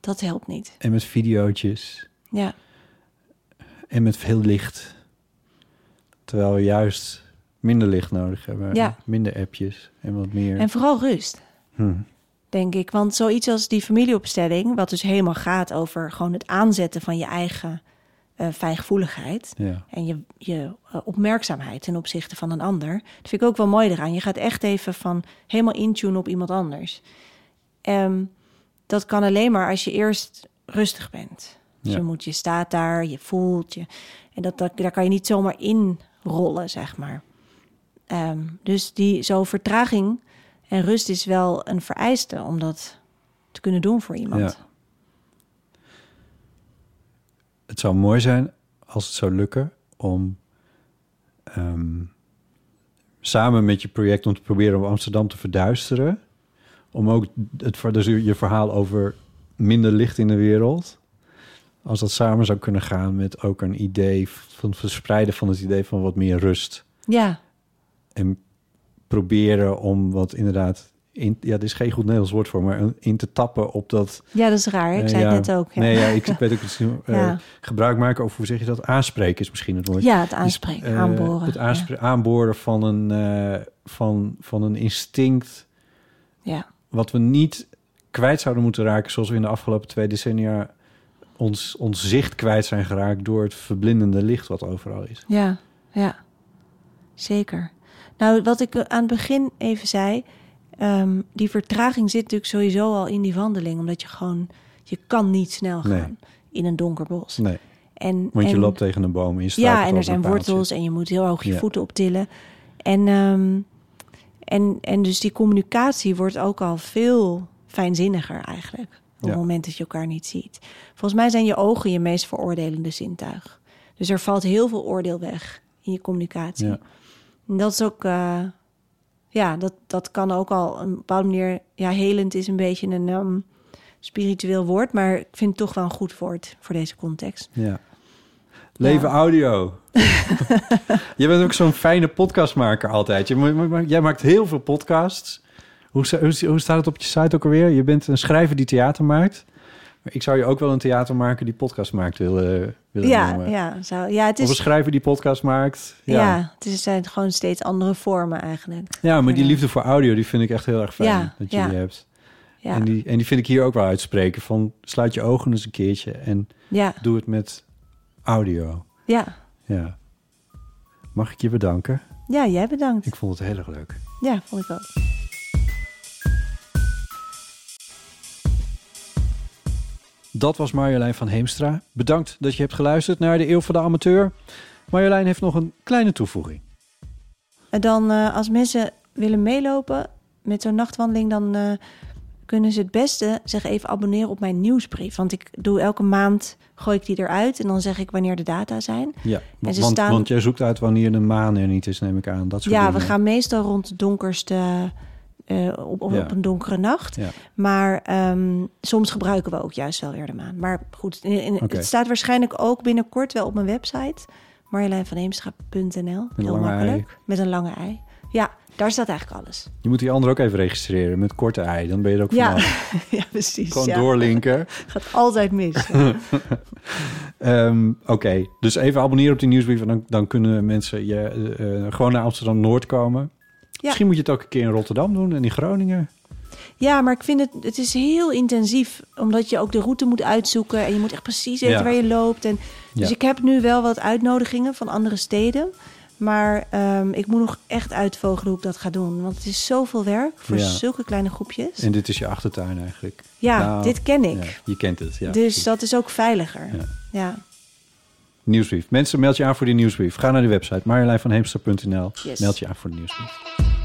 dat helpt niet.
en met videootjes
Ja,
en met veel licht. Terwijl we juist minder licht nodig hebben.
Ja.
Minder appjes en wat meer.
en vooral rust,
Hmm.
denk ik. Want zoiets als die familieopstelling, wat dus helemaal gaat over gewoon het aanzetten van je eigen eh, fijngevoeligheid.
Ja.
En je, je eh, opmerkzaamheid ten opzichte van een ander. Dat vind ik ook wel mooi eraan. Je gaat echt even van helemaal intunen op iemand anders. Ehm, dat kan alleen maar als je eerst rustig bent. Dus
Ja.
je, moet, je staat daar, je voelt je. En dat, dat, daar kan je niet zomaar in rollen, zeg maar. Ehm, dus die, zo vertraging en rust is wel een vereiste om dat te kunnen doen voor iemand.
Ja. Het zou mooi zijn als het zou lukken om ehm, samen met je project om te proberen om Amsterdam te verduisteren. Om ook het, ver- dus je verhaal over minder licht in de wereld. Als dat samen zou kunnen gaan met ook een idee van het verspreiden van het idee van wat meer rust.
ja.
En proberen om wat inderdaad. In, ja, dit is geen goed Nederlands woord voor, maar een- in te tappen op dat
Ja, dat is raar. Ik
eh,
zei
ja.
het net ook. Ja,
Nee, ja, ik weet ook misschien eh,
Ja.
gebruik maken of hoe zeg je dat? Aanspreken is misschien het woord.
Ja, het
Dus,
aanspreken,
eh,
aanboren,
Het aanspre- aanboren van een, eh, van, van een instinct
ja.
wat we niet kwijt zouden moeten raken, zoals we in de afgelopen twee decennia ons, ons zicht kwijt zijn geraakt door het verblindende licht wat overal is.
Ja, ja. Zeker. Nou, wat ik aan het begin even zei, ehm, die vertraging zit natuurlijk sowieso al in die wandeling, omdat je gewoon, je kan niet snel gaan
Nee.
in een donker bos.
Nee,
En,
want je
en-
loopt tegen een boom en je struikelt
Ja, en
over
er
een
zijn
paaltje.
wortels en je moet heel hoog je
Ja.
voeten optillen. En, ehm, en, en dus die communicatie wordt ook al veel fijnzinniger eigenlijk. Op
Ja.
het moment dat je elkaar niet ziet. Volgens mij zijn je ogen je meest veroordelende zintuig. Dus er valt heel veel oordeel weg in je communicatie.
Ja.
En dat is ook, eh, ja, dat, dat kan ook al een bepaalde manier. Ja, helend is een beetje een ehm, spiritueel woord, maar ik vind het toch wel een goed woord voor deze context.
Ja. Leven audio. je bent ook zo'n fijne podcastmaker altijd. Je, ma- ma- ma- jij maakt heel veel podcasts. Hoe, sta- hoe, hoe staat het op je site ook alweer? Je bent een schrijver die theater maakt. Maar ik zou je ook wel een theatermaker die podcast maakt willen, willen
Ja,
noemen.
ja, zou, ja, het
Of een
is
schrijver die podcast maakt. Ja.
Ja,
Ja.
het is- het zijn gewoon steeds andere vormen eigenlijk.
maar die
Ja.
liefde voor audio, die vind ik echt heel erg fijn
Ja,
dat je die
ja.
hebt.
Ja,
En, die, en die vind ik hier ook wel uitspreken. Van sluit je ogen eens een keertje en
ja,
doe het met audio.
ja.
Ja. Mag ik je bedanken?
ja jij bedankt.
Ik vond het heel erg leuk.
Ja, vond ik ook.
Dat was Marjolein van Heemstra. Bedankt dat je hebt geluisterd naar de Eeuw van de Amateur. Marjolein heeft nog een kleine toevoeging.
En dan eh, als mensen willen meelopen met zo'n nachtwandeling, dan eh, kunnen ze het beste zich even abonneren op mijn nieuwsbrief. Want ik doe elke maand, gooi ik die eruit en dan zeg ik wanneer de data zijn.
Ja,
En
want,
ze staan-
want jij zoekt uit wanneer de maan er niet is, neem ik aan. Dat soort
Ja,
dingen.
we gaan meestal rond het donkerste, eh, op, op,
Ja.
op een donkere nacht.
Ja.
Maar ehm, soms gebruiken we ook juist wel weer de maan. Maar goed, in- in-
Oké.
het staat waarschijnlijk ook binnenkort wel op mijn website. marjoleinvanheemstra.nl Heel
lange ei.
makkelijk. Met een lange ei. Ja, Daar staat eigenlijk alles.
Je moet die andere ook even registreren met korte ei. Dan ben je er ook
Ja,
vanaf.
ja precies.
Gewoon
ja.
doorlinken.
Gaat altijd mis. ja.
Ehm, Oké, dus even abonneren op die nieuwsbrief. En dan, dan kunnen mensen je, eh, eh, gewoon naar Amsterdam-Noord komen. Misschien moet je het ook een keer in Rotterdam doen en in Groningen.
Ja, maar ik vind het, het is heel intensief. Omdat je ook de route moet uitzoeken. En je moet echt precies weten
Ja.
waar je loopt. En, dus
Ja.
ik heb nu wel wat uitnodigingen van andere steden. Maar ehm, ik moet nog echt uitvogelen hoe ik dat ga doen. Want het is zoveel werk voor
Ja.
zulke kleine groepjes.
En dit is je achtertuin eigenlijk. Nou,
Ja, dit ken ik.
ja, je kent het, ja.
dus dat is ook veiliger.
Ja.
Ja.
Nieuwsbrief. Mensen, meld je aan voor die nieuwsbrief. Ga naar de website marjoleijvanheemster.nl.
Yes.
Meld je aan voor de nieuwsbrief.